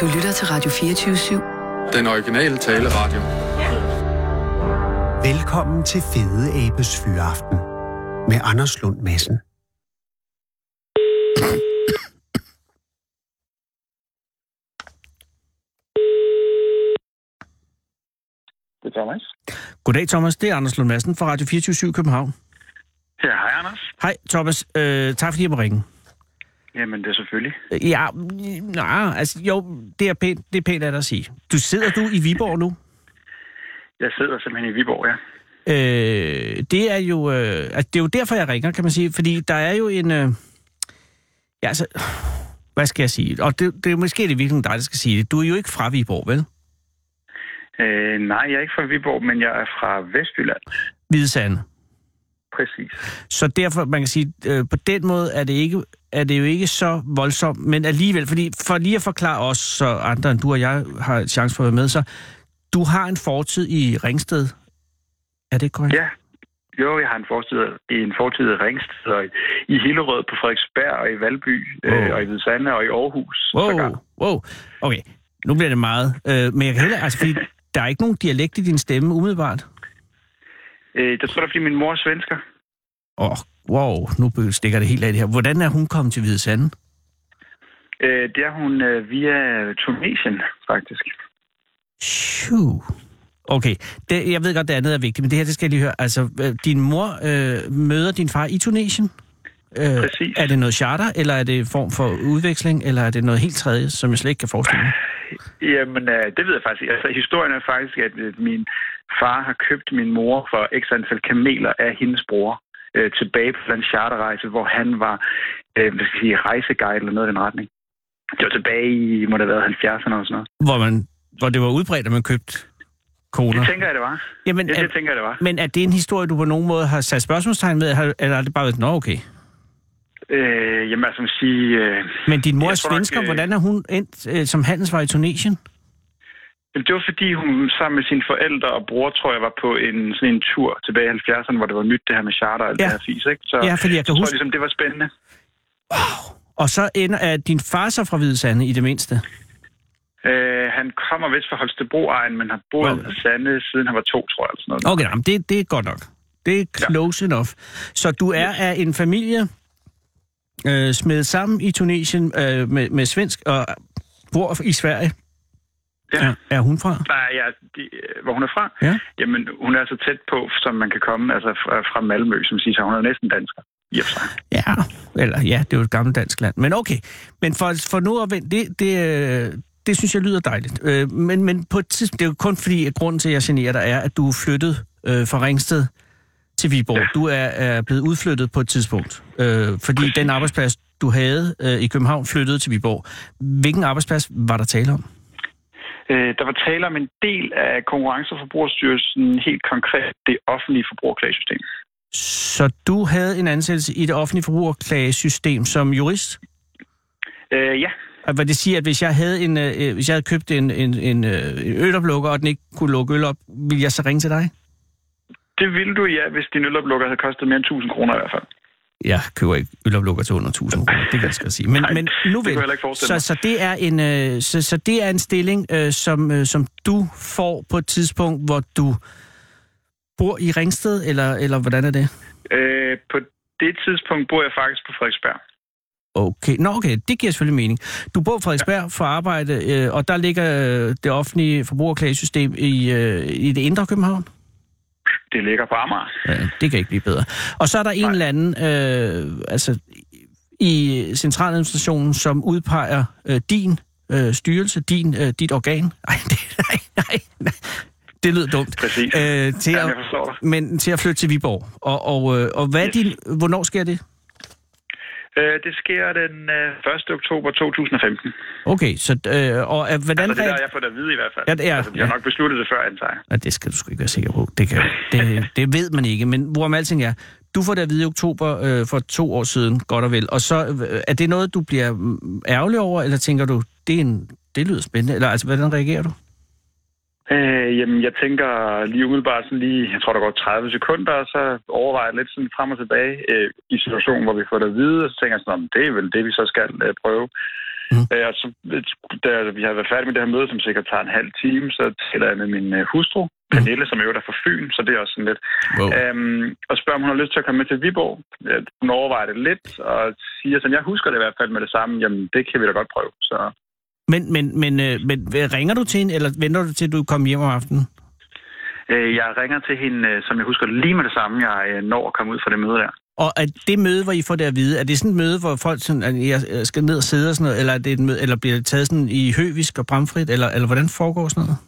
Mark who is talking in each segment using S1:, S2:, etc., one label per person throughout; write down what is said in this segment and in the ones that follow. S1: Du lytter til Radio 24 /7.
S2: Den originale taleradio.
S3: Velkommen til Fede Abes Fyraften med Anders Lund Madsen.
S4: Det er Thomas.
S5: Goddag, Thomas. Det er Anders Lund Madsen fra Radio 24 København.
S4: Ja, hej Anders.
S5: Hej, Thomas. Øh, tak fordi jeg må ringe.
S4: Jamen, det er selvfølgelig.
S5: Øh, Ja, nej, altså jo, det er pænt, det er pænt af dig at sige. Du sidder du i Viborg nu.
S4: Jeg sidder simpelthen i Viborg, ja.
S5: Øh, det er jo øh, altså, det er jo derfor jeg ringer, kan man sige, fordi der er jo en øh, ja, altså hvad skal jeg sige? Og det, det er måske det virkelig dig, der skal sige det. Du er jo ikke fra Viborg, vel?
S4: Øh, nej, jeg er ikke fra Viborg, men jeg er fra Vestjylland.
S5: Hvidesande.
S4: Præcis.
S5: Så derfor, man kan sige, øh, på den måde er det, ikke, er det jo ikke så voldsomt, men alligevel, fordi for lige at forklare os, så andre end du og jeg har chance for at være med, så du har en fortid i Ringsted. Er det korrekt?
S4: Ja. Jo, jeg har en fortid, en fortid i Ringsted, og i, i Hillerød på Frederiksberg, og i Valby,
S5: Wow.
S4: øh, og i Hvide Sande, og i Aarhus.
S5: Wow,
S4: sågar.
S5: wow. Okay, nu bliver det meget. Øh, men jeg kan heller, altså, fordi der er ikke nogen dialekt i din stemme umiddelbart.
S4: Øh, det tror jeg, fordi min mor er svensker.
S5: Åh, oh, wow, nu be- stikker det helt af det her. Hvordan er hun kommet til Hvide Sande?
S4: Øh, det er hun øh, via Tunesien, faktisk.
S5: Tju. Okay, det, jeg ved godt, det andet er vigtigt, men det her, det skal jeg lige høre. Altså, øh, din mor øh, møder din far i Tunesien? Øh,
S4: Præcis.
S5: er det noget charter, eller er det en form for udveksling, eller er det noget helt tredje, som jeg slet ikke kan forestille mig?
S4: Jamen, øh, det ved jeg faktisk ikke. Altså, historien er faktisk, at øh, min far har købt min mor for x antal kameler af hendes bror øh, tilbage på en charterrejse, hvor han var øh, hvad skal jeg sige, rejseguide eller noget i den retning. Det var tilbage i, må det have været 70'erne og sådan noget.
S5: Hvor, man, hvor det var udbredt, at man købte koner.
S4: Det tænker jeg, det var.
S5: Jamen,
S4: Ja,
S5: er,
S4: det tænker jeg, det var.
S5: men er det en historie, du på nogen måde har sat spørgsmålstegn ved, har- eller er det bare været, nå okay.
S4: Øh, jamen, altså, man kan sige... Øh,
S5: Men din mor
S4: Jeg
S5: er
S4: tror nok,
S5: svensker,
S4: øh,
S5: hvordan er hun endt øh, som handelsvej i Tunesien?
S4: Jamen, det var fordi, hun sammen med sine forældre og bror, tror jeg, var på en, sådan en tur tilbage i 70'erne, hvor det var nyt det her med charter og alt
S5: Ja.
S4: det her fis, ikke? Så,
S5: Ja, fordi
S4: så
S5: jeg kan
S4: tror jeg
S5: huske-
S4: ligesom, det var spændende.
S5: Og så ender er din far så fra Hvide Sande i det mindste.
S4: Øh, han kommer vist fra Holstebro-egen, men har boet
S5: Okay.
S4: okay. i Sande, siden han var to, tror jeg. Eller sådan noget.
S5: Okay, nej, men det, det er godt nok. Det er close ja. enough. Så du er af en familie øh, smedet sammen i Tunesien øh, med, med svensk og bor i Sverige.
S4: Ja.
S5: Er, er hun fra?
S4: Nej, ja, de, øh, hvor hun er fra?
S5: Ja.
S4: Jamen, hun er så tæt på, som man kan komme, altså fra, fra Malmø, som siger, så hun er jo næsten dansker. Yep,
S5: Ja. Eller ja, det er jo et gammelt dansk land. Men okay. Men for, for nu at vende, det, det, øh, det synes jeg lyder dejligt. Øh, men, men på et tidspunkt, det er jo kun fordi, at grunden til, at jeg generer dig, er, at du er flyttet øh, fra Ringsted til Viborg. Ja. Du er, er blevet udflyttet på et tidspunkt. Øh, fordi den arbejdsplads, du havde øh, i København, flyttede til Viborg. Hvilken arbejdsplads var der tale om?
S4: øh, der var tale om en del af Konkurrence- og Forbrugerstyrelsen, helt konkret det offentlige forbrugerklagesystem.
S5: Så du havde en ansættelse i det offentlige forbrugerklagesystem som jurist?
S4: Øh, ja,
S5: Og Hvad det siger, at hvis jeg havde, en, øh, hvis jeg havde købt en, en, en øh, en øloplukker, og den ikke kunne lukke øl op, ville jeg så ringe til dig?
S4: det ville du, ja, hvis din øloplukker havde kostet mere end 1000 kroner i hvert fald.
S5: Jeg køber ikke øloplukker til under 1000 kroner, det kan jeg skal sige. Men,
S4: Nej,
S5: men nu
S4: det kunne
S5: vel,
S4: jeg heller ikke forestille
S5: så, så, det er en, øh, så, så det er en stilling, øh, som, øh, som du får på et tidspunkt, hvor du bor i Ringsted, eller, eller hvordan er det?
S4: Øh, på det tidspunkt bor jeg faktisk på Frederiksberg.
S5: Okay, nå okay, det giver selvfølgelig mening. Du bor på Frederiksberg for arbejde, øh, og der ligger øh, det offentlige forbrugerklagesystem i, øh, i det indre København?
S4: Det ligger på Amager.
S5: Ja, det kan ikke blive bedre. Og så er der en eller anden, øh, altså i centraladministrationen, som udpeger øh, din øh, styrelse, din, øh, dit organ. Ej, det, nej, nej, nej. Det lød dumt.
S4: Præcis.
S5: Øh, til
S4: Jamen,
S5: at,
S4: jeg forstår dig.
S5: men til at flytte til Viborg. Og, og, øh, og hvad yes.
S4: Yes.
S5: din, hvornår sker det?
S4: Øh, det sker den øh, 1. oktober 2015.
S5: Okay, så, øh, og øh, hvordan...
S4: Altså, det er
S5: reagerer-
S4: der, jeg får det at vide i hvert fald.
S5: Ja, det er-
S4: altså, jeg har
S5: ja.
S4: nok besluttet det før, antager jeg.
S5: Ja, det skal du sgu ikke være sikker på. Det, kan, det, det ved man ikke, men hvorom alting er. Du får det at vide i oktober øh, for to år siden, godt og vel. Og så øh, er det noget, du bliver mm, ærgerlig over, eller tænker du, det, er en, det lyder spændende? Eller altså, hvordan reagerer du?
S4: Øh, jamen, jeg tænker lige umiddelbart sådan lige, jeg tror, der går 30 sekunder, og så overvejer jeg lidt sådan frem og tilbage øh, i situationen, hvor vi får det at vide, og så tænker jeg sådan, "Nå, men det er vel det, vi så skal øh, prøve.
S5: Mhm.
S4: Øh, og så, øh, da vi har været færdige med det her møde, som sikkert tager en halv time, så taler jeg med min øh, hustru, Pernille, som i øvrigt er fra Fyn, så det er også sådan lidt.
S5: Wow.
S4: Øhm, og spørger, om hun har lyst til at komme med til Viborg. Øh, Hun overvejer det lidt, og siger, som jeg husker det i hvert fald med det samme, jamen det kan vi da godt prøve. Så
S5: Men, men, men, øh, men hvad, ringer du til hende, eller venter du til, at du kommer hjem om aftenen?
S4: øh, jeg ringer til hende, øh, som jeg husker det, lige med det samme, jeg øh, når at komme ud fra det møde der.
S5: Og er det møde, hvor I får det at vide, er det sådan et møde, hvor folk sådan, at jeg jeg skal ned og sidde og sådan noget, eller, er det et møde, eller bliver det taget sådan i høvisk og bramfrit, eller, eller hvordan foregår sådan noget?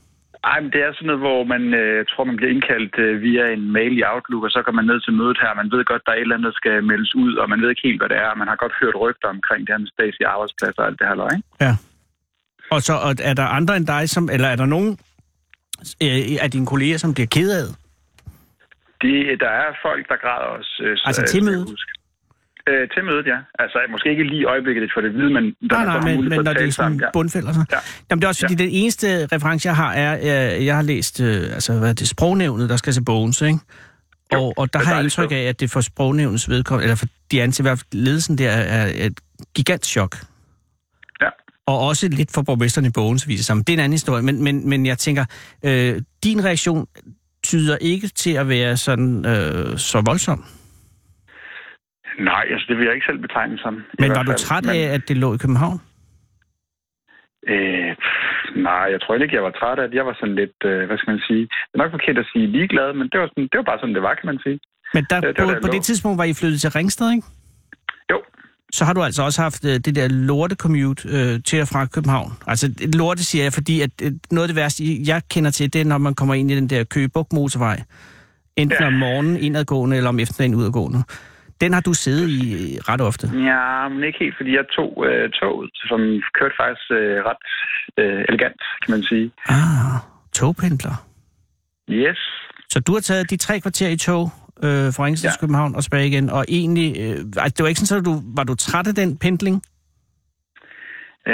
S4: Ej, men det er sådan noget, hvor man øh, jeg tror, man bliver indkaldt øh, via en mail i Outlook, og så går man ned til mødet her. Man ved godt, der er et eller andet, der skal meldes ud, og man ved ikke helt, hvad det er. og Man har godt hørt rygter omkring det her med statslige arbejdspladser og alt det her løg. ikke?
S5: Ja. Og så og er der andre end dig, som, eller er der nogen øh, af dine kolleger, som bliver ked af det?
S4: De, der er folk, der græder også. Øh, så-
S5: Altså
S4: øh,
S5: til
S4: kan jeg
S5: mødet?
S4: huske. Øh, til mødet, ja. Altså, måske ikke lige i øjeblikket, for det at vide, men der altså
S5: Nej, nej, men, men når det er sådan
S4: ja.
S5: bundfælder. Så.
S4: Ja.
S5: Jamen, det er også fordi, den eneste reference, jeg har, er, øh, jeg har læst, øh, altså, hvad er det, sprognævnet, der skal til Bones, ikke?
S4: Jo,
S5: Og, og der
S4: det er
S5: har jeg
S4: dejligt
S5: indtryk af, at det for sprognævnets vedkommende, eller for de ansatte, i hvert fald ledelsen der, er er et gigant chok.
S4: Ja.
S5: Og også lidt for borgmesteren i Bogens viser sammen. Det er en anden historie, men, men, men jeg tænker, øh, din reaktion tyder ikke til at være sådan øh, så voldsom.
S4: Nej, altså, det vil jeg ikke selv betegne som. i
S5: Men
S4: hvert
S5: var du
S4: fald.
S5: træt
S4: Men-
S5: af, at det lå i København?
S4: Øh, pff, nej, jeg tror ikke, jeg var træt af det. Jeg var sådan lidt, øh, hvad skal man sige... Det er nok forkert at sige ligeglad, men det var, sådan, det var bare sådan, det var, kan man sige.
S5: Men der,
S4: Ja,
S5: det
S4: det var
S5: på,
S4: der,
S5: på
S4: jeg
S5: det
S4: lå.
S5: tidspunkt var I flyttet til Ringsted, ikke?
S4: Jo,
S5: så har du altså også haft øh, det der lorte commute øh, til og fra København. Altså det lorte siger jeg, fordi at, øh, noget af det værste, jeg kender til, det er, når man kommer ind i den der Køge Bugt motorvej. Enten ja.
S4: Ja.
S5: om morgenen indadgående, eller om eftermiddagen udadgående. Den har du siddet i øh, ret ofte.
S4: ja, men ikke helt, fordi jeg tog øh, toget, som kørte faktisk øh, ret øh, elegant, kan man sige.
S5: Ah, togpendler.
S4: Yes.
S5: Så du har taget de tre kvarter i tog øh, fra Ringsted til
S4: Ja.
S5: København og tilbage igen, og egentlig, øh, altså, det var ikke sådan, at du var du træt af den pendling?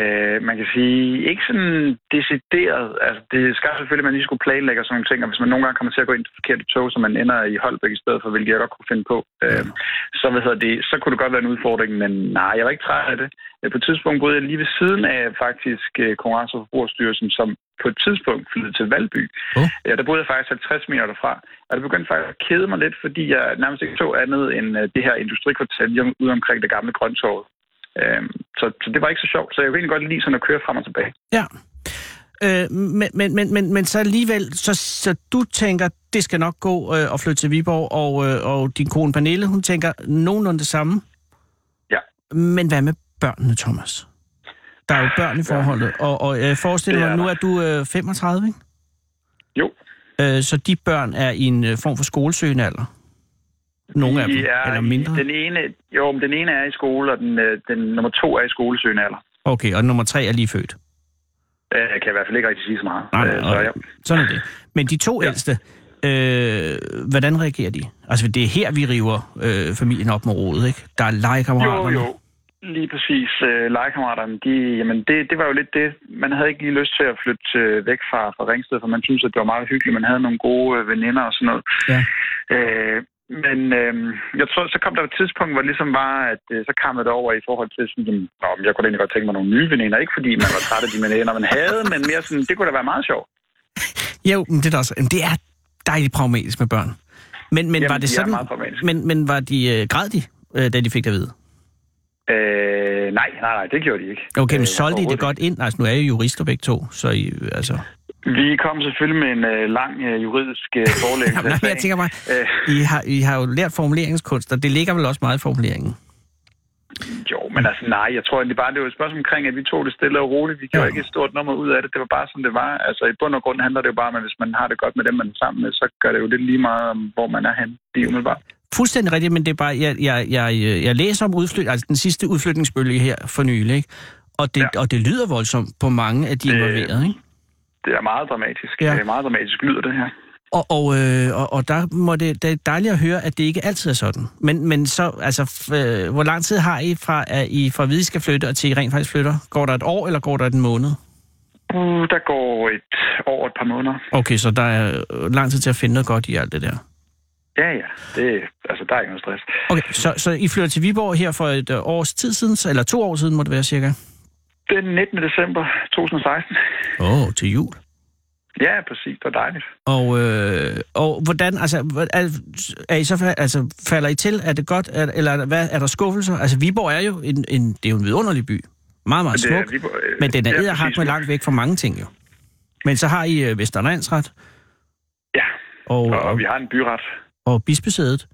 S4: Øh, man kan sige, ikke sådan decideret. Altså, det skal selvfølgelig, at man lige skulle planlægge og sådan nogle ting, og hvis man nogle gange kommer til at gå ind i det forkerte tog, så man ender i Holbæk i stedet for, hvilket jeg godt kunne finde på, øh, så, hvad hedder det, så kunne det godt være en udfordring, men nej, jeg var ikke træt af det. Øh, På et tidspunkt boede jeg lige ved siden af faktisk øh, Konkurrence- og Forbrugerstyrelsen, som på et tidspunkt flyttede til Valby.
S5: Oh.
S4: Ja, der boede jeg faktisk 50 meter derfra, og det begyndte faktisk at kede mig lidt, fordi jeg nærmest ikke så andet end øh, det her industrikvarter lige ude omkring det gamle grøntorv. Øhm, så, så det var ikke så sjovt, så jeg kunne egentlig godt lide sådan at køre frem og tilbage.
S5: Ja. Øh, men, men, men, men, men så alligevel, så, så du tænker, det skal nok gå øh, at flytte til Viborg, og, øh, og din kone Pernille, hun tænker nogenlunde det samme.
S4: Ja.
S5: Men hvad med børnene, Thomas? Der er jo børn i forholdet, og, og øh, forestil
S4: Det er
S5: dig, nu
S4: der.
S5: er du øh, 35, ikke?
S4: Jo,
S5: Øh, så de børn er i en øh, form for skolesøgende alder. Nogle af dem,
S4: de er
S5: eller mindre.
S4: Den ene, jo, men den ene er i skole, og den, øh, den nummer to er i skolesøgende alder.
S5: Okay, og nummer tre er lige født.
S4: Øh, kan jeg i hvert fald ikke rigtig sige så meget.
S5: Nej, nej,
S4: Øh, så,
S5: nej.
S4: ja.
S5: Sådan er det. Men de to ja. ældste, øh, hvordan reagerer de? Altså, det er her, vi river øh, familien op med rodet, ikke? Der er
S4: Jo,
S5: legekammeraterne.
S4: jo. Lige præcis. Øh, legekammeraterne, de, jamen det, det var jo lidt det. Man havde ikke lige lyst til at flytte øh, væk fra, fra Ringsted, for man synes at det var meget hyggeligt. Man havde nogle gode øh, veninder og sådan noget.
S5: Ja.
S4: Øh, men øh, jeg tror, så kom der et tidspunkt, hvor det ligesom var, at øh, så kom det over i forhold til sådan, jamen, Nå, men jeg kunne da egentlig godt tænke mig nogle nye veninder. Ikke fordi man var træt af de veninder, man havde, men mere sådan, det kunne da være meget sjovt.
S5: Jo, men det er, da også, jamen, det er dejligt pragmatisk med børn. Men, men
S4: Jamen,
S5: var det
S4: de er
S5: sådan...
S4: meget pragmatiske.
S5: men, men var de, øh, græd de, øh, da de fik det at vide?
S4: Øh, nej, nej, nej, det gjorde de ikke.
S5: Okay, men
S4: Øh,
S5: solgte I det
S4: overhovedet
S5: godt ind? Altså, nu er I jo jurister begge to, så I, øh, altså...
S4: Vi kom selvfølgelig med en øh, lang øh, juridisk øh, forelæggelse. af
S5: Jamen, nej, men jeg
S4: sagen.
S5: tænker bare,
S4: Øh,
S5: I har, I har jo lært formuleringskunst, og det ligger vel også meget i formuleringen.
S4: Jo, men altså nej, jeg tror egentlig bare, det var et spørgsmål omkring, at vi tog det stille og roligt. Vi gjorde
S5: Ja.
S4: ja. ikke et stort nummer ud af det. Det var bare, som det var. Altså i bund og grund handler det jo bare om, at hvis man har det godt med dem, man er sammen med, så gør det jo lidt lige meget om, hvor man er henne. Det er umiddelbart.
S5: Fuldstændig rigtigt, men det er bare, jeg, jeg, jeg, øh, jeg læser om udflyt, altså den sidste udflytningsbølge her for nylig, ikke? Og det, ja.
S4: Ja.
S5: og det lyder voldsomt på mange af de
S4: Det-
S5: involverede, ikke?
S4: Det er meget dramatisk.
S5: Ja.
S4: Ja. Det er meget dramatisk lyder det her.
S5: Og, og, øh, og, og der må det, det er dejligt at høre, at det ikke altid er sådan. Men, men så, altså, f- øh, hvor lang tid har I fra, at I fra at vide, I skal flytte, og til I rent faktisk flytter? Går der et år, eller går der en måned?
S4: Uh, der går et år og et par måneder.
S5: Okay, så der er øh, lang tid til at finde noget godt i alt det der.
S4: Ja, ja. Det, altså, der er ikke noget stress.
S5: Okay, så, så I flytter til Viborg her for et øh, års tid siden, så- eller to år siden må det være cirka?
S4: Den 19. december 2016.
S5: Åh, oh, til jul.
S4: Ja, præcis. Det var dejligt.
S5: Og, øh, og hvordan, altså, hvor- er, er I så, fa- altså, falder I til? Er det godt, er, eller er der- hvad, er der skuffelser? Altså, Viborg er jo en, en det er jo en vidunderlig by. Meget, meget
S4: Det er
S5: smuk.
S4: Viborg, øh,
S5: Men den er
S4: ja,
S5: edderhak
S4: præcis.
S5: med langt væk fra mange ting, jo. Men så har I øh, Vesterlandsret
S4: Ja,
S5: og,
S4: og, og
S5: og,
S4: vi har en byret.
S5: og Bispesædet.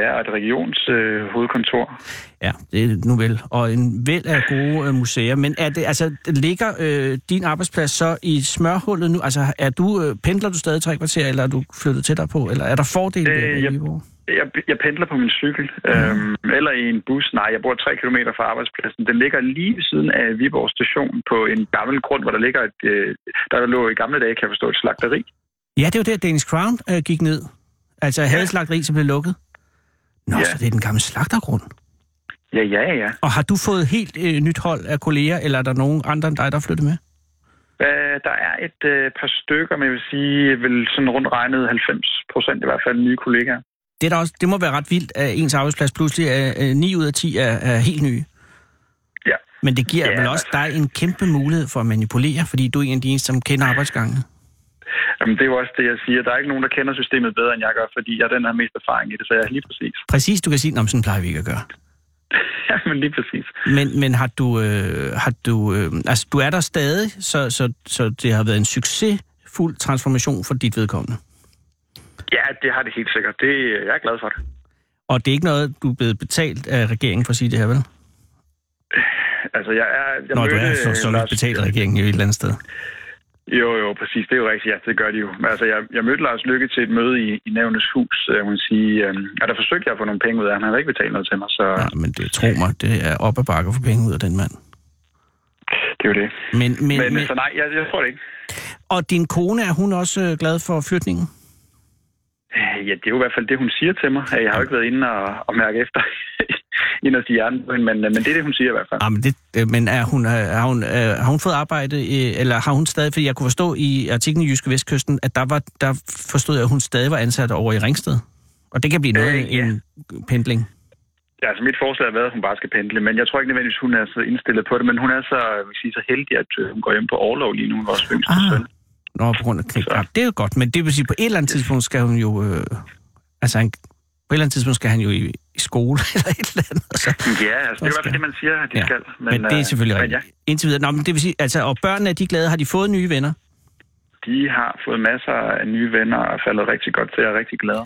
S4: Ja, og et regions øh, hovedkontor.
S5: Ja, det er nu vel. Og en væld af gode øh, museer. Men er det, altså, ligger øh, din arbejdsplads så i smørhullet nu? Altså, er du, øh, pendler du stadig tre kvarter, eller er du flyttet tættere på? Eller er der fordele
S4: Øh,
S5: øh, ved
S4: jeg-
S5: Viborg?
S4: Jeg, jeg pendler på min cykel, øhm, eller i en bus. Nej, jeg bor tre kilometer fra arbejdspladsen. Den ligger lige ved siden af Viborg station på en gammel grund, hvor der ligger et, øh, der lå i gamle dage, kan jeg forstå, et slagteri.
S5: Ja, det var der, Danish Crown øh, gik ned. Altså, jeg havde
S4: Ja.
S5: et slagteri, som blev lukket. Nå,
S4: Ja.
S5: så det er den gamle slagtergrund.
S4: Ja, ja, ja.
S5: Og har du fået helt øh, nyt hold af kolleger, eller er der nogen andre end dig, der er flyttet med?
S4: Øh, der er et øh, par stykker, men jeg vil sige, vel sådan rundt regnet 90 procent i hvert fald nye kollegaer.
S5: Det, er da også, det må være ret vildt, at ens arbejdsplads pludselig er øh, 9 ud af 10 er, er helt nye.
S4: Ja.
S5: Men det giver
S4: Ja, altså.
S5: ja, vel også dig en kæmpe mulighed for at manipulere, fordi du er en af de eneste, som kender arbejdsgangene.
S4: Jamen, det er jo også det, jeg siger. Der er ikke nogen, der kender systemet bedre, end jeg gør, fordi jeg er den, der har mest erfaring i det, så jeg er lige præcis.
S5: Præcis, du kan sige, at sådan plejer vi ikke at gøre.
S4: Jamen, lige præcis.
S5: Men, men har du, øh, har du, øh, altså, du er der stadig, så, så, så det har været en succesfuld transformation for dit vedkommende.
S4: Ja, det har det helt sikkert. Det, øh, jeg er glad for det.
S5: Og det er ikke noget, du er blevet betalt af regeringen for at sige det her, vel?
S4: Altså, jeg er... Jeg
S5: Når du er
S4: mødte,
S5: så,
S4: øh,
S5: så er du
S4: Lars-
S5: ikke betalt af regeringen jo et eller andet sted.
S4: Jo, jo, præcis. Det er jo rigtigt. Ja, det gør de jo. Altså, jeg, jeg mødte Lars Lykke til et møde i, i Nævnes Hus, øh, hun sige, øh, og der forsøgte jeg at få nogle penge ud af ham. Han havde ikke betalt noget til mig, så
S5: Ja,
S4: ja.
S5: men det, tro mig, det er op ad bakke for penge ud af den mand.
S4: det er jo det.
S5: Men, men,
S4: Men,
S5: men,
S4: men så nej, jeg, jeg tror det ikke.
S5: og din kone, er hun også øh, glad for flytningen?
S4: Øh, Ja, det er jo i hvert fald det, hun siger til mig. Øh, Jeg har jo ikke været inde og, og mærke efter inderst i hjernen på hende, men, øh, men det er det, hun siger i hvert fald.
S5: Ah, men, det, øh, men er hun, øh, har, hun, øh, har hun fået arbejde, øh, eller har hun stadig... Fordi jeg kunne forstå i artiklen i Jyske Vestkysten, at der, var, der forstod jeg, at hun stadig var ansat over i Ringsted. Og det kan blive noget
S4: Øh,
S5: øh,
S4: ja.
S5: en pendling.
S4: Ja, altså mit forslag har været, at hun bare skal pendle, men jeg tror ikke nødvendigvis, hun er så indstillet på det, men hun er så, jeg vil sige, så heldig, at øh, hun går hjem på overlov lige nu, vores yngste
S5: Ah.
S4: søn.
S5: Nå, på grund af krig.
S4: Så.
S5: Ja, det er jo godt, men det vil sige, på et eller andet tidspunkt skal hun jo... Øh, altså, han, på et eller andet tidspunkt skal han jo i, i skole eller et eller andet. og Så.
S4: Ja, altså, det er i hvert fald det, man siger, at de
S5: Ja,
S4: ja. skal.
S5: Men, men det er
S4: øh,
S5: selvfølgelig
S4: men
S5: rigtigt. Ja. Indtil videre. Nå, men det vil sige, altså, og børnene, er de glade? Har de fået nye venner?
S4: de har fået masser af nye venner og er faldet rigtig godt til. Jeg er rigtig glad.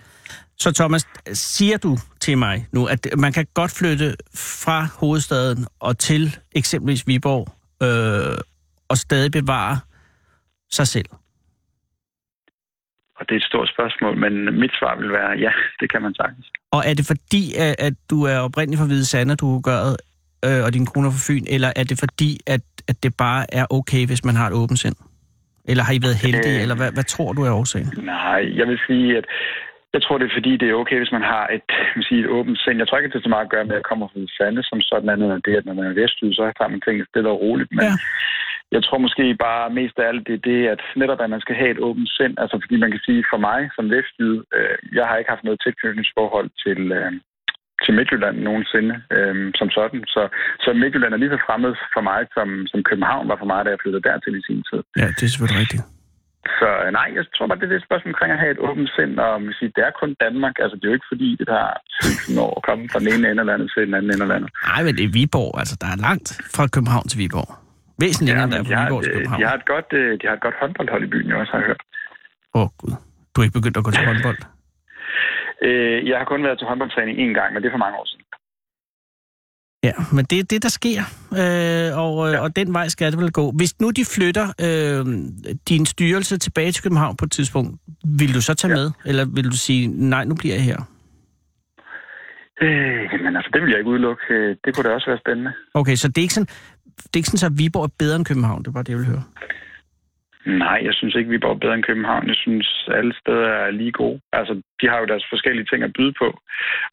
S5: Så Thomas, siger du til mig nu, at man kan godt flytte fra hovedstaden og til eksempelvis Viborg øh, og stadig bevare sig selv?
S4: Og det er et stort spørgsmål, men mit svar vil være, ja, det kan man sagtens.
S5: Og er det fordi, at, at du er oprindelig fra Hvide Sande, du er gøret, øh, og din kone er fra Fyn, eller er det fordi, at, at det bare er okay, hvis man har et åbent sind? Eller har I været heldige,
S4: Øh.
S5: eller hvad, hvad tror du er årsagen?
S4: Nej, jeg vil sige, at jeg tror, det er fordi, det er okay, hvis man har et, jeg vil sige, et åbent sind. Jeg tror ikke, at det er så meget at gøre med, at jeg kommer fra det sande som sådan andet end det, at når man er vestjyd, så tager man tingene stille og roligt. Men
S5: Ja.
S4: ja. jeg tror måske bare mest af alt, det er det, at netop at man skal have et åbent sind. Altså fordi man kan sige, for mig som vestjyd, øh, jeg har ikke haft noget tilknytningsforhold til, øh, til Midtjylland nogensinde øh, som sådan. Så, så Midtjylland er lige så fremmed for mig, som, som København var for mig, da jeg flyttede dertil i sin tid.
S5: Ja, det er selvfølgelig rigtigt.
S4: Så øh, nej, jeg tror bare, det er det spørgsmål omkring at have et åbent sind, og man kan sige, det er kun Danmark. Altså, det er jo ikke fordi, det tager 1000 år at komme fra den ene ende af landet til den anden ende af landet.
S5: Nej, men det er Viborg, altså der er langt fra København til Viborg. Væsentligt længere, end der er
S4: men
S5: fra
S4: har,
S5: Viborg til
S4: øh,
S5: København.
S4: de, har et godt, øh, de har et godt håndboldhold i byen, jeg også har hørt.
S5: Åh, oh, Gud. Du er ikke begyndt at gå til håndbold?
S4: Øh, jeg har kun været til håndboldtræning én gang, men det er for mange år siden.
S5: Ja, men det er det, der sker. Øh, og, øh, og den vej skal det vel gå. Hvis nu de flytter øh, din styrelse tilbage til København på et tidspunkt, vil du så tage ja. med? Eller vil du sige, nej, nu bliver jeg her?
S4: Øh, jamen altså, det vil jeg ikke udelukke. Øh, Det kunne da også være spændende.
S5: Okay, så det er ikke sådan, det er ikke sådan så, at Viborg er bedre end København. Det var det, jeg ville høre.
S4: Nej, jeg synes ikke, vi bor bedre end København. Jeg synes, alle steder er lige gode. Altså, de har jo deres forskellige ting at byde på.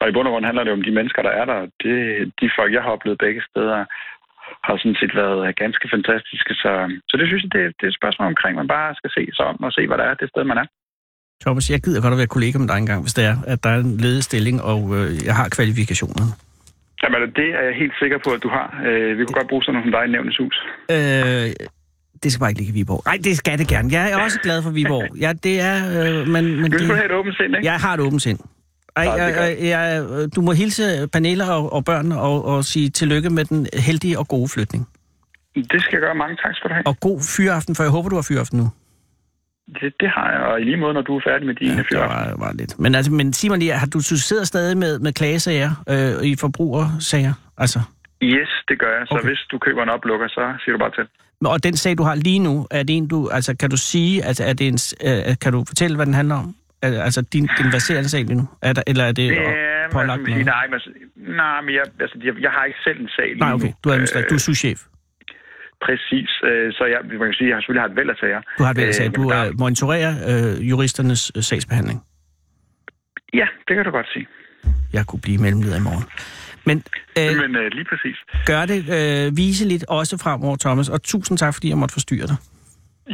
S4: Og i bund og grund handler det om de mennesker, der er der. Det, de folk, jeg har oplevet begge steder, har sådan set været øh, ganske fantastiske. Så, så det synes jeg, det, det er et spørgsmål omkring, man bare skal se sig om og se, hvad der er det sted, man er.
S5: Thomas, jeg gider godt at være kollega med dig engang, hvis det er, at der er en ledig stilling, og øh, jeg har kvalifikationerne.
S4: Jamen, altså, det er jeg helt sikker på, at du har. Øh, vi kunne godt bruge sådan nogle som dig i nævnes hus.
S5: Øh, det skal bare ikke ligge i Viborg. Nej, det skal det gerne. Jeg er også glad for Viborg. Ja, det er... Øh, men, men
S4: Du skulle
S5: det,
S4: have et åbent sind, ikke?
S5: jeg har et åbent sind. Ej,
S4: Nej, det er
S5: jeg, jeg, jeg, du må hilse Pernille og, og børn og, og sige tillykke med den heldige og gode flytning.
S4: Det skal jeg gøre. Mange tak skal du have.
S5: Og god fyraften, for jeg håber, du har fyraften nu.
S4: Det, det har jeg, og i lige måde, når du er færdig med dine ja,
S5: det var, var lidt. Men, altså, men sig mig lige, har du, du sidder stadig med, med klagesager øh, i forbrugersager? Altså,
S4: Yes, det gør jeg. Så
S5: Okay.
S4: okay. hvis du køber en oplukker, så siger du bare til.
S5: og den sag, du har lige nu, er det en, du, altså, kan du sige, altså, er det en, s- øh, kan du fortælle, hvad den handler om? Al- Altså, din, din verserende sag lige nu? Er der, eller er det
S4: Ja,
S5: øh,
S4: men altså,
S5: pålagt
S4: man
S5: noget?
S4: siger, nej, men, altså, nej, men jeg, altså, jeg, jeg har ikke selv en sag lige
S5: Nej, okay.
S4: nu.
S5: Du er, administrator.
S4: Øh,
S5: du er souschef.
S4: Præcis. Øh, så jeg, man kan sige, jeg har selvfølgelig har et væld af sager.
S5: Du har et øh, sag.
S4: Øh,
S5: Du
S4: men
S5: øh,
S4: der-
S5: monitorerer øh, juristernes øh, sagsbehandling.
S4: Ja, det kan du godt sige.
S5: Jeg kunne blive mellemleder i morgen. Men øh,
S4: Men øh, lige præcis.
S5: gør det øh, viseligt også fremover, Thomas. Og tusind tak, fordi jeg måtte forstyrre dig.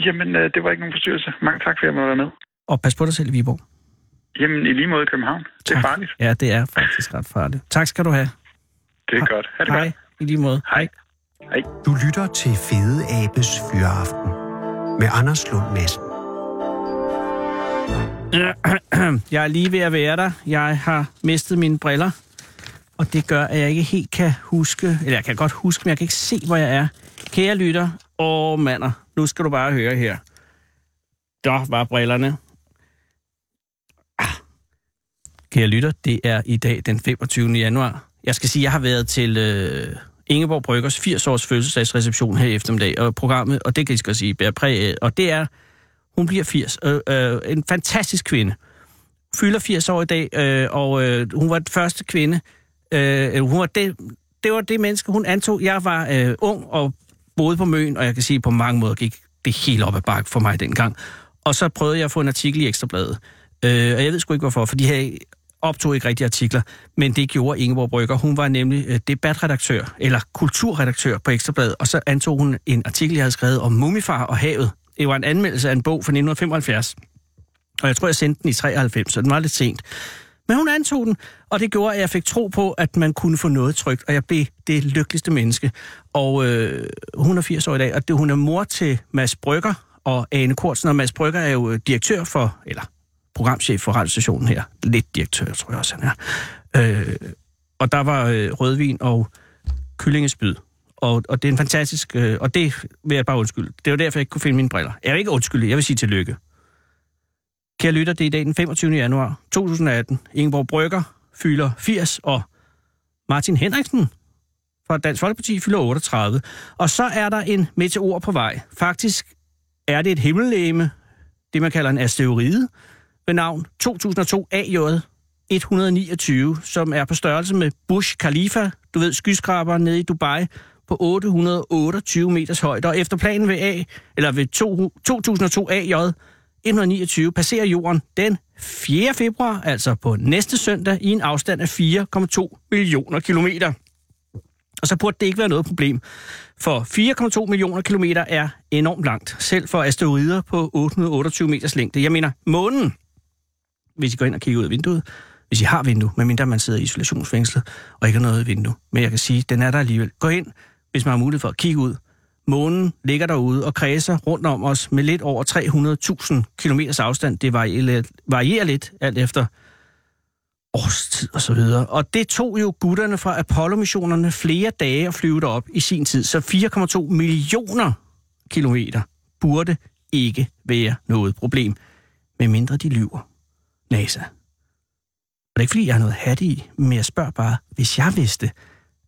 S4: Jamen, øh, det var ikke nogen forstyrrelse. Mange tak, for at jeg måtte være med.
S5: Og pas på dig selv i Viborg.
S4: Jamen, i lige måde i København. Det er
S5: Tak.
S4: farligt.
S5: Ja, det er faktisk ret farligt. Tak skal du have.
S4: Det er godt. Ha' det
S5: Hej.
S4: godt.
S5: I lige måde.
S4: Hej.
S3: Du lytter til Fede Abes Fyraften med Anders Lund Madsen.
S5: Jeg er lige ved at være der. Jeg har mistet mine briller. Og det gør, at jeg ikke helt kan huske, eller jeg kan godt huske, men jeg kan ikke se, hvor jeg er. Kære lytter, åh mander, nu skal du bare høre her. Der var brillerne. Ah. Kære lytter, det er i dag den 25. januar. Jeg skal sige, at jeg har været til øh, Ingeborg Bryggers 80-års fødselsdagsreception her i eftermiddag, og programmet, og det kan jeg skal sige, bærer præg af. Og det er, hun bliver 80. Øh, øh, en fantastisk kvinde fylder 80 år i dag, øh, og øh, hun var den første kvinde. Øh, øh, hun var det, det var det menneske, hun antog. Jeg var øh, ung og boede på Møn, og jeg kan sige, på mange måder gik det helt op ad bakke for mig dengang. Og så prøvede jeg at få en artikel i Ekstrabladet. Øh, og jeg ved sgu ikke hvorfor, for de havde optog ikke rigtige artikler, men det gjorde Ingeborg Brygger. Hun var nemlig øh, debatredaktør, eller kulturredaktør på Ekstrabladet, og så antog hun en artikel, jeg havde skrevet om mumifar og havet. Det var en anmeldelse af en bog fra 1975. Og jeg tror, jeg sendte den i 93, så den var lidt sent. Men hun antog den, og det gjorde, at jeg fik tro på, at man kunne få noget trygt, og jeg blev det lykkeligste menneske. Og øh, hun er 80 år i dag, og det, hun er mor til Mads Brygger og Ane Kortsen, og Mads Brygger er jo øh, direktør for, eller programchef for radiostationen her. Lidt direktør, tror jeg også, han er. Øh, og der var øh, rødvin og kyllingespyd. Og, og det er en fantastisk... Øh, og det vil jeg bare undskylde. Det var derfor, jeg ikke kunne finde mine briller. Jeg vil ikke undskylde, jeg vil sige tillykke. Kære lytter, det er i dag den 25. januar 2018. Ingeborg Brygger fylder 80, og Martin Henriksen fra Dansk Folkeparti fylder 38. Og så er der en meteor på vej. Faktisk er det et himmellegeme, det man kalder en asteroide, ved navn 2002 AJ 129, som er på størrelse med Bush Khalifa, du ved, skyskraberen nede i Dubai, på 828 meters højde. Og efter planen ved, A, eller ved 2, 2002 AJ 129 passerer jorden den 4. februar, altså på næste søndag, i en afstand af 4,2 millioner kilometer. Og så burde det ikke være noget problem, for 4,2 millioner kilometer er enormt langt, selv for asteroider på 828 meters længde. Jeg mener, månen, hvis I går ind og kigger ud af vinduet, hvis I har vindue, medmindre man sidder i isolationsfængslet og ikke har noget vindue. Men jeg kan sige, den er der alligevel. Gå ind, hvis man har mulighed for at kigge ud. Månen ligger derude og kredser rundt om os med lidt over 300.000 km afstand. Det varierer lidt, varierer lidt alt efter årstid og så videre. Og det tog jo gutterne fra Apollo-missionerne flere dage at flyve derop i sin tid. Så 4,2 millioner kilometer burde ikke være noget problem, medmindre de lyver. NASA. Og det er ikke, fordi jeg har noget hat i, men jeg spørger bare, hvis jeg vidste,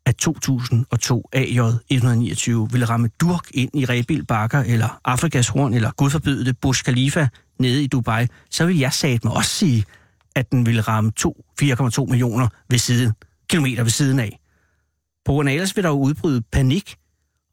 S5: at 2002 AJ-129 ville ramme durk ind i Rebil Bakker, eller Afrikas Horn, eller gud forbyde det, Burj Khalifa nede i Dubai, så ville jeg sat mig også sige, at den ville ramme to- 4,2 millioner ved siden, kilometer ved siden af. På grund af ellers vil der jo udbryde panik,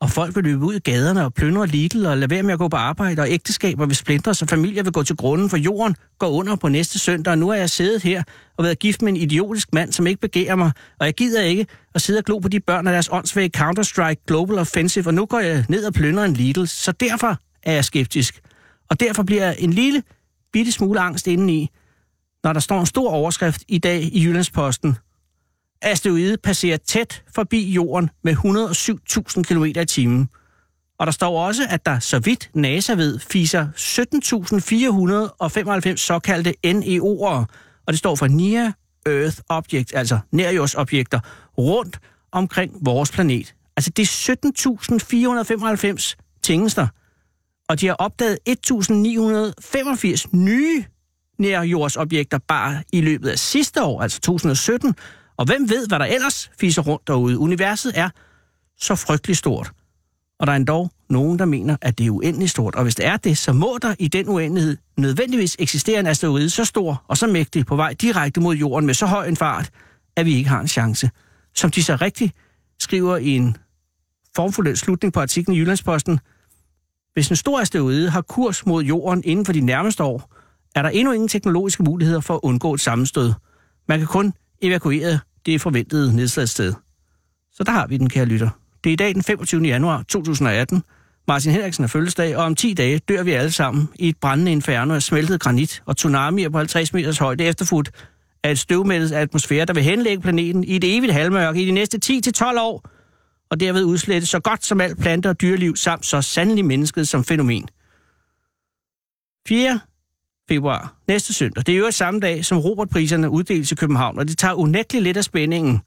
S5: og folk vil løbe ud i gaderne og plyndre Lidl og lade være med at gå på arbejde, og ægteskaber vil splindres, og familier vil gå til grunden, for jorden går under på næste søndag, og nu er jeg siddet her og været gift med en idiotisk mand, som ikke begærer mig, og jeg gider ikke at sidde og glo på de børn og deres åndssvage Counter-Strike Global Offensive, og nu går jeg ned og plyndrer en Lidl, så derfor er jeg skeptisk. Og derfor bliver jeg en lille, bitte smule angst indeni, når der står en stor overskrift i dag i Jyllandsposten, asteroide passerer tæt forbi jorden med 107.000 km i timen. Og der står også, at der, så vidt NASA ved, fiser 17.495 såkaldte NEO'er, og det står for Near Earth Object, altså nærjordsobjekter, rundt omkring vores planet. Altså det er 17.495 tingester, og de har opdaget 1.985 nye nærjordsobjekter bare i løbet af sidste år, altså 2017. Og hvem ved, hvad der ellers fiser rundt derude? Universet er så frygtelig stort. Og der er endda nogen, der mener, at det er uendeligt stort. Og hvis det er det, så må der i den uendelighed nødvendigvis eksistere en asteroide så stor og så mægtig på vej direkte mod jorden med så høj en fart, at vi ikke har en chance. Som de så rigtigt skriver i en formfuld slutning på artiklen i Jyllandsposten, hvis en stor asteroide har kurs mod jorden inden for de nærmeste år, er der endnu ingen teknologiske muligheder for at undgå et sammenstød. Man kan kun evakuere det forventede nedslagssted. Så der har vi den, kære lytter. Det er i dag den 25. januar 2018. Martin Henriksen er fødselsdag, og om 10 dage dør vi alle sammen i et brændende inferno af smeltet granit og tsunamier på 50 meters højde efterfuldt af et støvmættet atmosfære, der vil henlægge planeten i et evigt halvmørke i de næste 10-12 år, og derved udslette så godt som alt plante- og dyreliv samt så sandelig mennesket som fænomen. 4 februar, næste søndag. Det er jo samme dag, som Robertpriserne uddeles i København, og det tager unægteligt lidt af spændingen.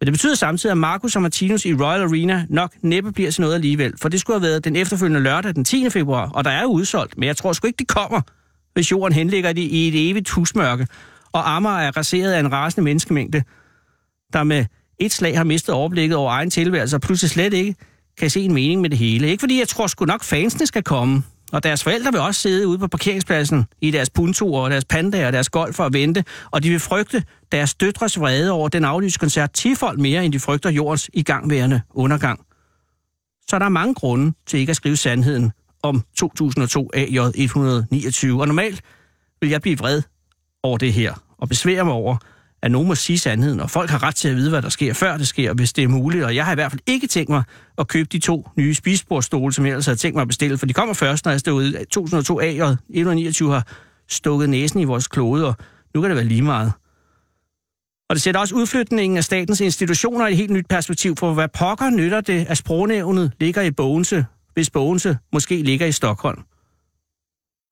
S5: Men det betyder samtidig, at Marcus og Martinus i Royal Arena nok næppe bliver til noget alligevel, for det skulle have været den efterfølgende lørdag den 10. februar, og der er jo udsolgt, men jeg tror sgu ikke, det kommer, hvis jorden henligger det i et evigt husmørke, og Amager er raseret af en rasende menneskemængde, der med et slag har mistet overblikket over egen tilværelse, og pludselig slet ikke kan se en mening med det hele. Ikke fordi jeg tror sgu nok fansene skal komme, og deres forældre vil også sidde ude på parkeringspladsen i deres puntoer og deres pandaer og deres golf for at vente, og de vil frygte deres døtres vrede over den aflyste koncert tifold mere, end de frygter jordens igangværende undergang. Så der er mange grunde til ikke at skrive sandheden om 2002 AJ 129, og normalt vil jeg blive vred over det her og besvære mig over, at nogen må sige sandheden, og folk har ret til at vide, hvad der sker, før det sker, hvis det er muligt. Og jeg har i hvert fald ikke tænkt mig at købe de to nye spisbordstole, som jeg ellers havde tænkt mig at bestille, for de kommer først, når jeg stod ud. 2002 A og 129 har stukket næsen i vores klode, og nu kan det være lige meget. Og det sætter også udflytningen af statens institutioner i et helt nyt perspektiv, for hvad pokker nytter det, at sprognævnet ligger i Bogense, hvis Bogense måske ligger i Stockholm?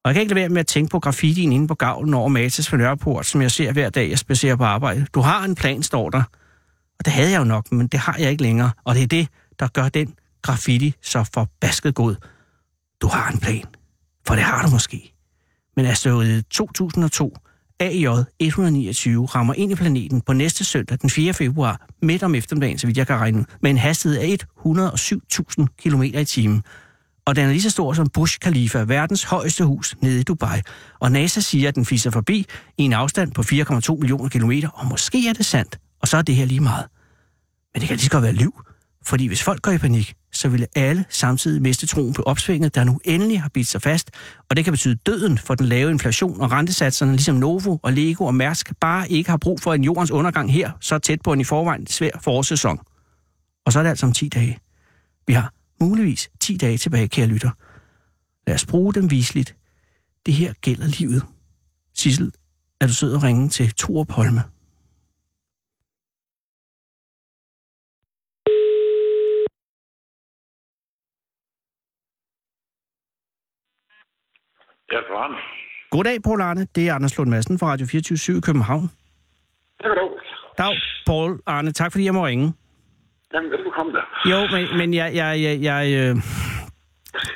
S5: Og jeg kan ikke lade være med at tænke på graffitien inde på gavlen over Matas for Nørreport, som jeg ser hver dag, jeg spacerer på arbejde. Du har en plan, står der. Og det havde jeg jo nok, men det har jeg ikke længere. Og det er det, der gør den graffiti så forbasket god. Du har en plan. For det har du måske. Men asteroide 2002 AJ 129 rammer ind i planeten på næste søndag den 4. februar midt om eftermiddagen, så vidt jeg kan regne ud, med en hastighed af 107.000 km i timen og den er lige så stor som Bush Khalifa, verdens højeste hus nede i Dubai. Og NASA siger, at den fiser forbi i en afstand på 4,2 millioner kilometer, og måske er det sandt, og så er det her lige meget. Men det kan lige så godt være liv, fordi hvis folk går i panik, så ville alle samtidig miste troen på opsvinget, der nu endelig har bidt sig fast, og det kan betyde døden for den lave inflation og rentesatserne, ligesom Novo og Lego og Mærsk bare ikke har brug for en jordens undergang her, så tæt på en i forvejen svær forårssæson. Og så er det altså om 10 dage. Vi har muligvis 10 dage tilbage, kære lytter. Lad os bruge dem visligt. Det her gælder livet. Sissel, er du sød at ringe til Torup Holme?
S6: Ja, for ham.
S5: Goddag, Poul Arne. Det er Anders Lund Madsen fra Radio 24 i København.
S6: Det kan du.
S5: Dag, Poul Arne. Tak fordi jeg må ringe.
S6: Jamen, velbekomme da.
S5: Jo, men, men jeg... jeg, jeg, jeg øh,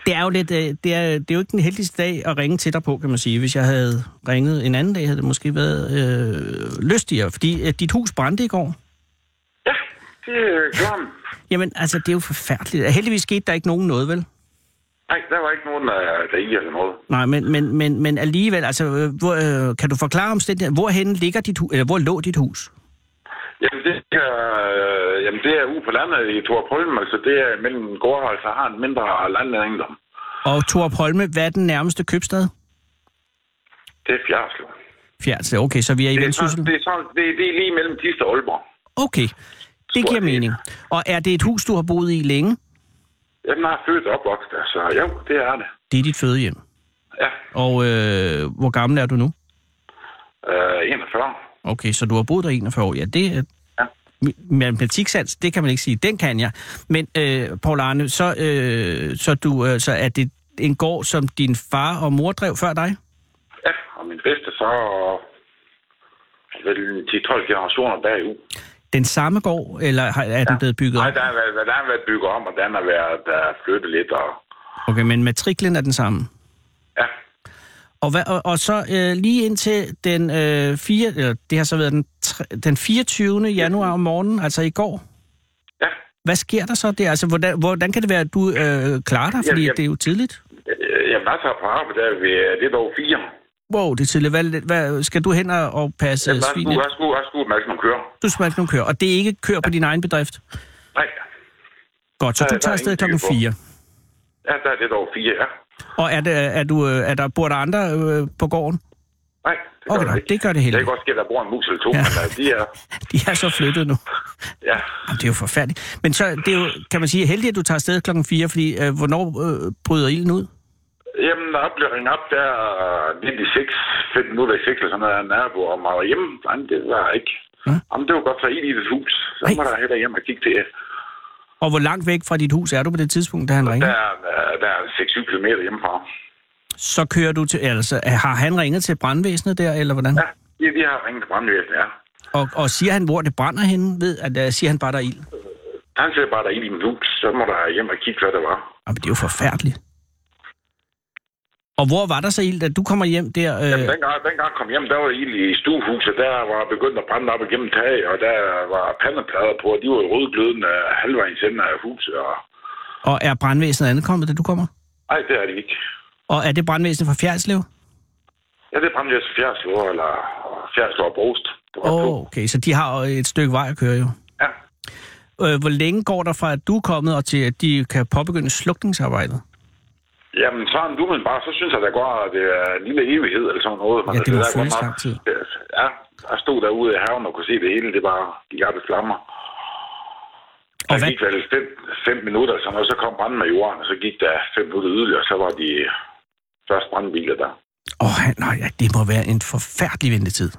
S5: det er jo lidt... Øh, det, er, det er jo ikke den heldigste dag at ringe til dig på, kan man sige. Hvis jeg havde ringet en anden dag, havde det måske været øh, lystigere, fordi øh, dit hus brændte i går.
S6: Ja, det øh, gjorde han.
S5: Jamen, altså, det er jo forfærdeligt. Heldigvis skete der ikke nogen noget, vel?
S6: Nej, der var ikke nogen, der, der i eller noget.
S5: Nej, men, men, men, men alligevel, altså, øh, hvor, øh, kan du forklare omstændigheden, hvorhen ligger dit hus, eller hvor lå dit hus?
S6: Jamen, det, ligger, øh, jamen, det er ude på landet i Torpolm, altså det er mellem Gårdhals og har en mindre landejendom.
S5: Og Torup Holme, hvad er den nærmeste købstad?
S6: Det er Fjerslev.
S5: Fjerdslev, altså, okay, så vi er i
S6: Det er, sådan,
S5: Vendsyssel.
S6: det, er sådan, det, er, det er lige mellem Tiste og Aalborg.
S5: Okay, det
S6: tror
S5: giver
S6: jeg, det er.
S5: mening. Og er det et hus, du har boet i længe?
S6: Jamen, jeg er født og opvokset, der, så jo, det er det.
S5: Det er dit fødehjem.
S6: Ja,
S5: Og øh, hvor gammel er du nu?
S6: øh, 41.
S5: Okay, så du har boet der i 41 år. Ja, det er...
S6: Ja.
S5: M- Matematiksans, det kan man ikke sige. Den kan jeg. Men, øh, Paul Arne, så, øh, så, du, øh, så er det en gård, som din far og mor drev før dig?
S6: Ja, og min bedste så vel 10-12 generationer bagud.
S5: Den samme gård, eller har- er den blevet bygget
S6: Nej,
S5: op?
S6: der har været, der har været bygget om, og den har været der er flyttet lidt. Og,
S5: Okay, men matriklen er den samme?
S6: ja,
S5: Og, hvad, og, og så øh, lige indtil den, øh, fire, eller det har så været den, tre- den 24. januar om morgenen, altså i går.
S6: ja.
S5: Hvad sker der så der? Altså, hvordan, hvordan kan det være, at du øh, klarer dig? Fordi
S6: Ja, ja.
S5: det er jo tidligt.
S6: Øh, Jamen, der tager på arbejde der ved øh, lidt over fire.
S5: Wow, det er tidligt. Hvad, hvad, skal du hen og, og passe Jamen,
S6: Jamen, der
S5: svinet?
S6: skulle, der skulle, der skulle mærke nogle kører.
S5: Du skal nogle kører, og det er ikke kører på din egen bedrift?
S6: Nej,
S5: Godt, så
S6: Der-
S5: du
S6: der er
S5: tager afsted
S6: ingen
S5: klokken
S6: tvivl på.
S5: 4.
S6: ja, der er lidt over fire, ja.
S5: Og er, det, er, du, øh, er der, bor der andre øh, på gården?
S6: Nej, det gør
S5: Okay,
S6: det
S5: nå,
S6: ikke.
S5: det gør det heller
S6: Det kan godt ske, at der bor en mus eller to,
S5: Ja.
S6: ja. men øh, de er...
S5: De er så flyttet nu.
S6: Ja,
S5: Jamen, det er jo forfærdeligt. Men så det er jo, kan man sige, heldigt, at du tager afsted klokken 4, fordi øh, hvornår øh, bryder ilden ud?
S6: Jamen, der blev ringet op der øh, lidt i 6, 5 minutter i 6 eller sådan noget, af en nabo, og mig var hjemme. Nej, det var ikke.
S5: Ja.
S6: Jamen, det var godt så ind i det hus. Så
S5: Nej.
S6: var der heller hjem og kigge til.
S5: Og hvor langt væk fra dit hus er du på det tidspunkt, da han ringer?
S6: Der, er- øh, der er 6-7 km hjemmefra.
S5: Så kører du til, altså har han ringet til brandvæsenet der, eller hvordan?
S6: Ja, de, de har ringet til brandvæsenet, ja.
S5: Og, og siger han, hvor det brænder henne, ved, at uh, siger han bare, der er ild?
S6: Han sagde bare, der er ild i mit hus, så må der hjem og kigge, hvad det var.
S5: Jamen, det er jo forfærdeligt. Og hvor var der så ild, at du kommer hjem der? Øh,
S6: Jamen, dengang, dengang jeg kom hjem, der var det ild i stuehuset, der var begyndt at brænde op igennem tag, og der var pandeplader på, og de var rødglødende halvvejs enden af huset. Og...
S5: og er brandvæsenet ankommet, da du kommer?
S6: Ej, det er det ikke.
S5: Og er det brandvæsenet fra Fjerdslev?
S6: Ja, det brændte jeg til Fjerslå, eller Fjerslå og Brost. Det var
S5: Åh,
S6: to.
S5: oh, okay, så de har jo et stykke vej at køre jo.
S6: Ja.
S5: Øh, hvor længe går der fra, at du er kommet, og til at de kan påbegynde slukningsarbejdet?
S6: Jamen, sådan du, men bare, så synes jeg, der går, at det er en lille evighed, eller sådan noget. Men
S5: Ja, det
S6: altså,
S5: må
S6: der er
S5: føles
S6: godt nok-
S5: lang tid.
S6: Ja, jeg stod derude i haven og kunne se det hele, det bare gik op i flammer.
S5: Og
S6: Der
S5: hvad-
S6: gik vel fem, fem minutter, sådan, og så kom branden med jorden, og så gik der fem minutter yderligere, og så var de første brandbiler der.
S5: Åh, oh, nej, ja, det må være en forfærdelig ventetid.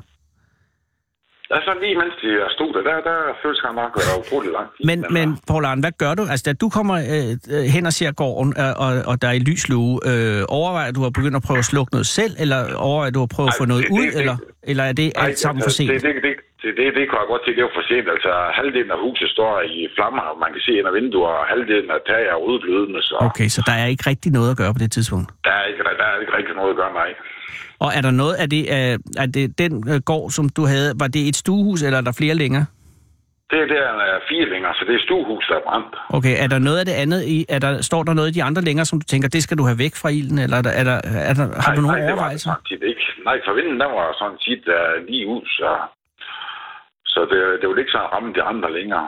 S6: Altså lige mens de stod der, der, der føles det nok at det var utrolig lang tid.
S5: Men, men Paul Arne, hvad gør du? Altså, da du kommer øh, øh, hen og ser gården, øh, og, og der er i lysluge, øh, overvejer du at begynde at prøve at slukke noget selv, eller overvejer du at prøve at
S6: Ej,
S5: få noget
S6: det-
S5: ud,
S6: det- det-
S5: eller, eller er det alt
S6: Nej,
S5: sammen for
S6: altså,
S5: sent?
S6: Det, det, det, det, det, det kunne jeg godt se, det var for sent. Altså, halvdelen af huset står i flammer, og man kan se ind af vinduer, og halvdelen af tag er rødglødende, så okay.
S5: Okay, så der er ikke rigtig noget at gøre på det tidspunkt.
S6: der, er ikke, der, der er ikke rigtig noget at gøre, nej.
S5: Og er der noget af det, øh, er det den øh, gård, som du havde, var det et stuehus, eller er der flere længere?
S6: Det, det er øh, fire længere, så det er stuehus, der er brændt.
S5: Okay, er der noget af det andet i, er der, står der noget i de andre længere, som du tænker, det skal du have væk fra ilden, eller er der, er der, er der, har
S6: nej,
S5: du nogen
S6: nej, det var det
S5: overvejelser?
S6: faktisk ikke. Nej, for vinden, der var sådan set uh, lige ud, så, så det, det ville ikke så ramme de andre længere.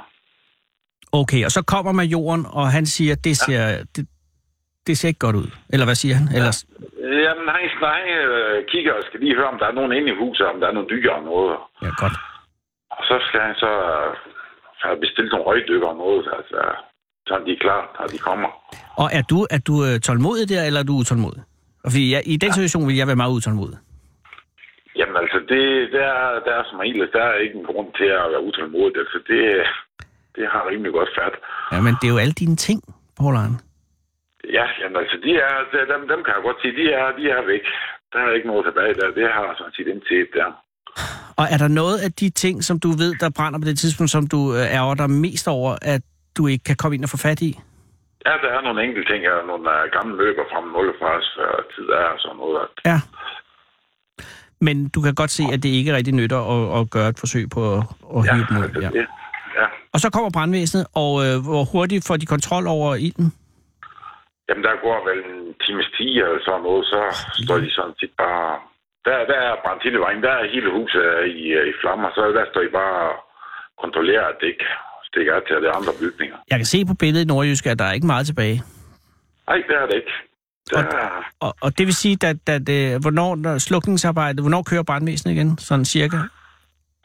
S5: Okay, og så kommer majoren, og han siger, det ser, ja. det, det ser ikke godt ud. Eller hvad siger han? Ellers,
S6: Jamen, han, han øh, kigger og skal lige høre, om der er nogen inde i huset, om der er nogle dyr og noget.
S5: ja, godt.
S6: Og så skal han så øh, have bestilt nogle røgdykker og noget, altså, så de er klar, når de kommer.
S5: Og er du, er du øh, tålmodig der, eller er du utålmodig? Og Fordi jeg, i den situation vil jeg være meget utålmodig.
S6: Jamen altså, det, der, der er som regel, der er ikke en grund til at være utålmodig. Altså, det, det har rimelig godt fat.
S5: Ja, men det er jo alle dine ting, Paul Arne.
S6: Ja, jamen altså, de er, de- dem, dem kan jeg godt sige, de er, de er væk. Der er ikke noget tilbage der. Det har jeg sådan set indtil der.
S5: Og er der noget af de ting, som du ved, der brænder på det tidspunkt, som du øh, ærger dig mest over, at du ikke kan komme ind og få fat i?
S6: Ja, der er nogle enkelte ting, jeg er nogle øh, gamle løber fra min oldefars øh, tid er og sådan noget. at-
S5: Ja. Men du kan godt se, at det ikke rigtig nytter at, at gøre et forsøg på at, at hive dem ud.
S6: altså,
S5: Ja.
S6: det, ja.
S5: Og så kommer brandvæsenet, og øh, hvor hurtigt får de kontrol over ilden?
S6: Jamen, der går vel en times tid eller sådan noget, så står de sådan set bare... Der, der er brændt hele vejen, der er hele huset er i, øh, i flammer, så der står I bare og kontrollerer, at det ikke stikker af til de andre bygninger.
S5: Jeg kan se på billedet i Nordjysk, at der er ikke meget tilbage.
S6: Nej, det er det ikke. Der,
S5: Og, og det vil sige, at, at, at hvornår når slukningsarbejdet, hvornår kører brandvæsenet igen, sådan cirka?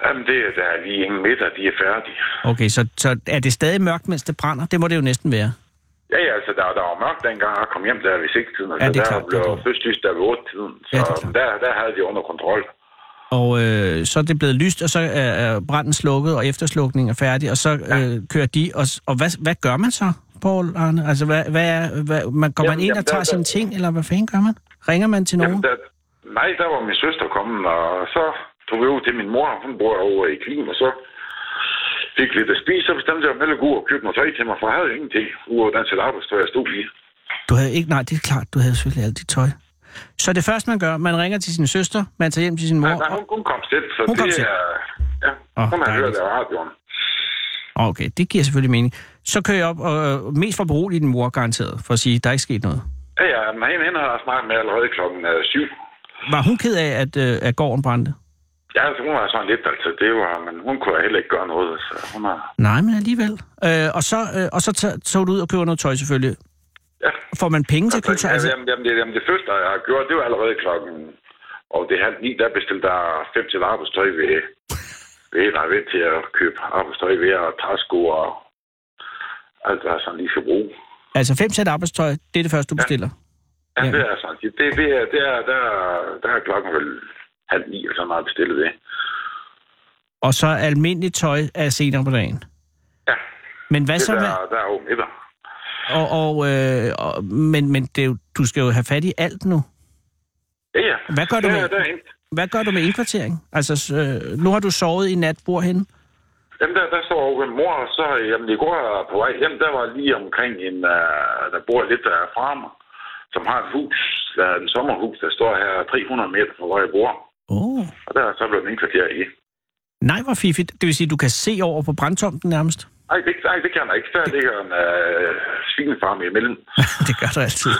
S6: jamen, det, der er lige ingen midter, de er færdige.
S5: Okay, så, så er det stadig mørkt, mens det brænder? Det må det jo næsten være.
S6: Ja, ja, altså, der, der var mørkt dengang, jeg kom hjem der ved 6-tiden,
S5: Ja,
S6: ja,
S5: det er
S6: altså, der
S5: klart, det er
S6: blev
S5: klart.
S6: først lyst der ved 8-tiden, så
S5: Ja,
S6: ja,
S5: det er klart.
S6: der, der havde de under kontrol.
S5: og øh, så er det blevet lyst, og så er, er branden slukket, og efterslukningen er færdig, og så øh, kører de, og, s- og hvad, hvad gør man så, Paul Arne? Altså, hvad, hvad er, hvad, man, går
S6: Jamen,
S5: man ind
S6: jamen,
S5: og tager
S6: der-
S5: sine
S6: der-
S5: ting, eller hvad fanden gør man? Ringer man til nogen?
S6: Jamen, der, nej, der var min søster kommet, og så tog vi ud til min mor, hun bor over i Klin, og så fik lidt at spise, så bestemte jeg, at jeg ville gå ud og købe noget tøj til mig, for jeg havde ingenting, udover den til arbejdstøj, jeg stod i.
S5: Du havde ikke, nej, det er klart, du havde selvfølgelig alt dit tøj. Så det første, man gør, man ringer til sin søster, man tager hjem til sin mor.
S6: Nej, nej, hun, hun kom selv, så
S5: Hun
S6: det
S5: kom selv.
S6: er... Ja,
S5: Åh,
S6: hun har hørt
S5: dejligt.
S6: af radioen.
S5: Åh, Okay, det giver selvfølgelig mening. Så kører jeg op, og øh, mest for at berolige din mor, garanteret, for at sige, der er ikke sket noget.
S6: Ja, ja, men hende, hende har jeg snakket med allerede klokken øh, syv.
S5: Var hun ked af, at, øh, at gården brændte?
S6: Ja, altså, hun var sådan lidt, altså, det var, men hun kunne heller ikke gøre noget, så hun har...
S5: Nej, men alligevel. Øh, og så, øh, og så ta- tog du ud og køber noget tøj, selvfølgelig.
S6: Ja.
S5: Får man penge til at købe tøj?
S6: Altså...
S5: Altså,
S6: Jamen, jamen, det, jamen, det første, jeg har gjort, det var allerede klokken... Og det er halv ni, der bestilte jeg fem til arbejdstøj ved... Ved, nej, ved til at købe arbejdstøj ved at træsko og alt, hvad jeg sådan lige skal bruge.
S5: altså fem sæt arbejdstøj, det er det første, du bestiller.
S6: Ja,
S5: Ja.
S6: det er sådan. Det, det, det er, det er, der, der er klokken vel halv ni, eller sådan noget bestillet det.
S5: Og så almindeligt tøj er senere på dagen.
S6: Ja,
S5: Men hvad
S6: det
S5: så? Hvad?
S6: der, der er jo middag.
S5: Og, og, øh, og, men men det er jo, du skal jo have fat i alt nu.
S6: Ja, ja.
S5: Hvad gør du
S6: ja,
S5: med-
S6: Der, er en-
S5: Hvad gør du med indkvartering? Altså, s- øh, nu har du sovet i nat, hvor henne?
S6: Jamen, der, der står jo en mor, og så jamen, i går på vej hjem, der var lige omkring en, øh, der bor lidt der fra mig, som har et hus, der er en sommerhus, der står her 300 meter fra, hvor jeg bor.
S5: Åh. Oh.
S6: Og der er så blevet indkvarteret i.
S5: Nej, hvor fiffigt. Det vil sige, at du kan se over på brandtomten nærmest.
S6: Nej, det, nej, det kan jeg ikke. Der ligger en øh, svinefarm imellem.
S5: det gør du altid.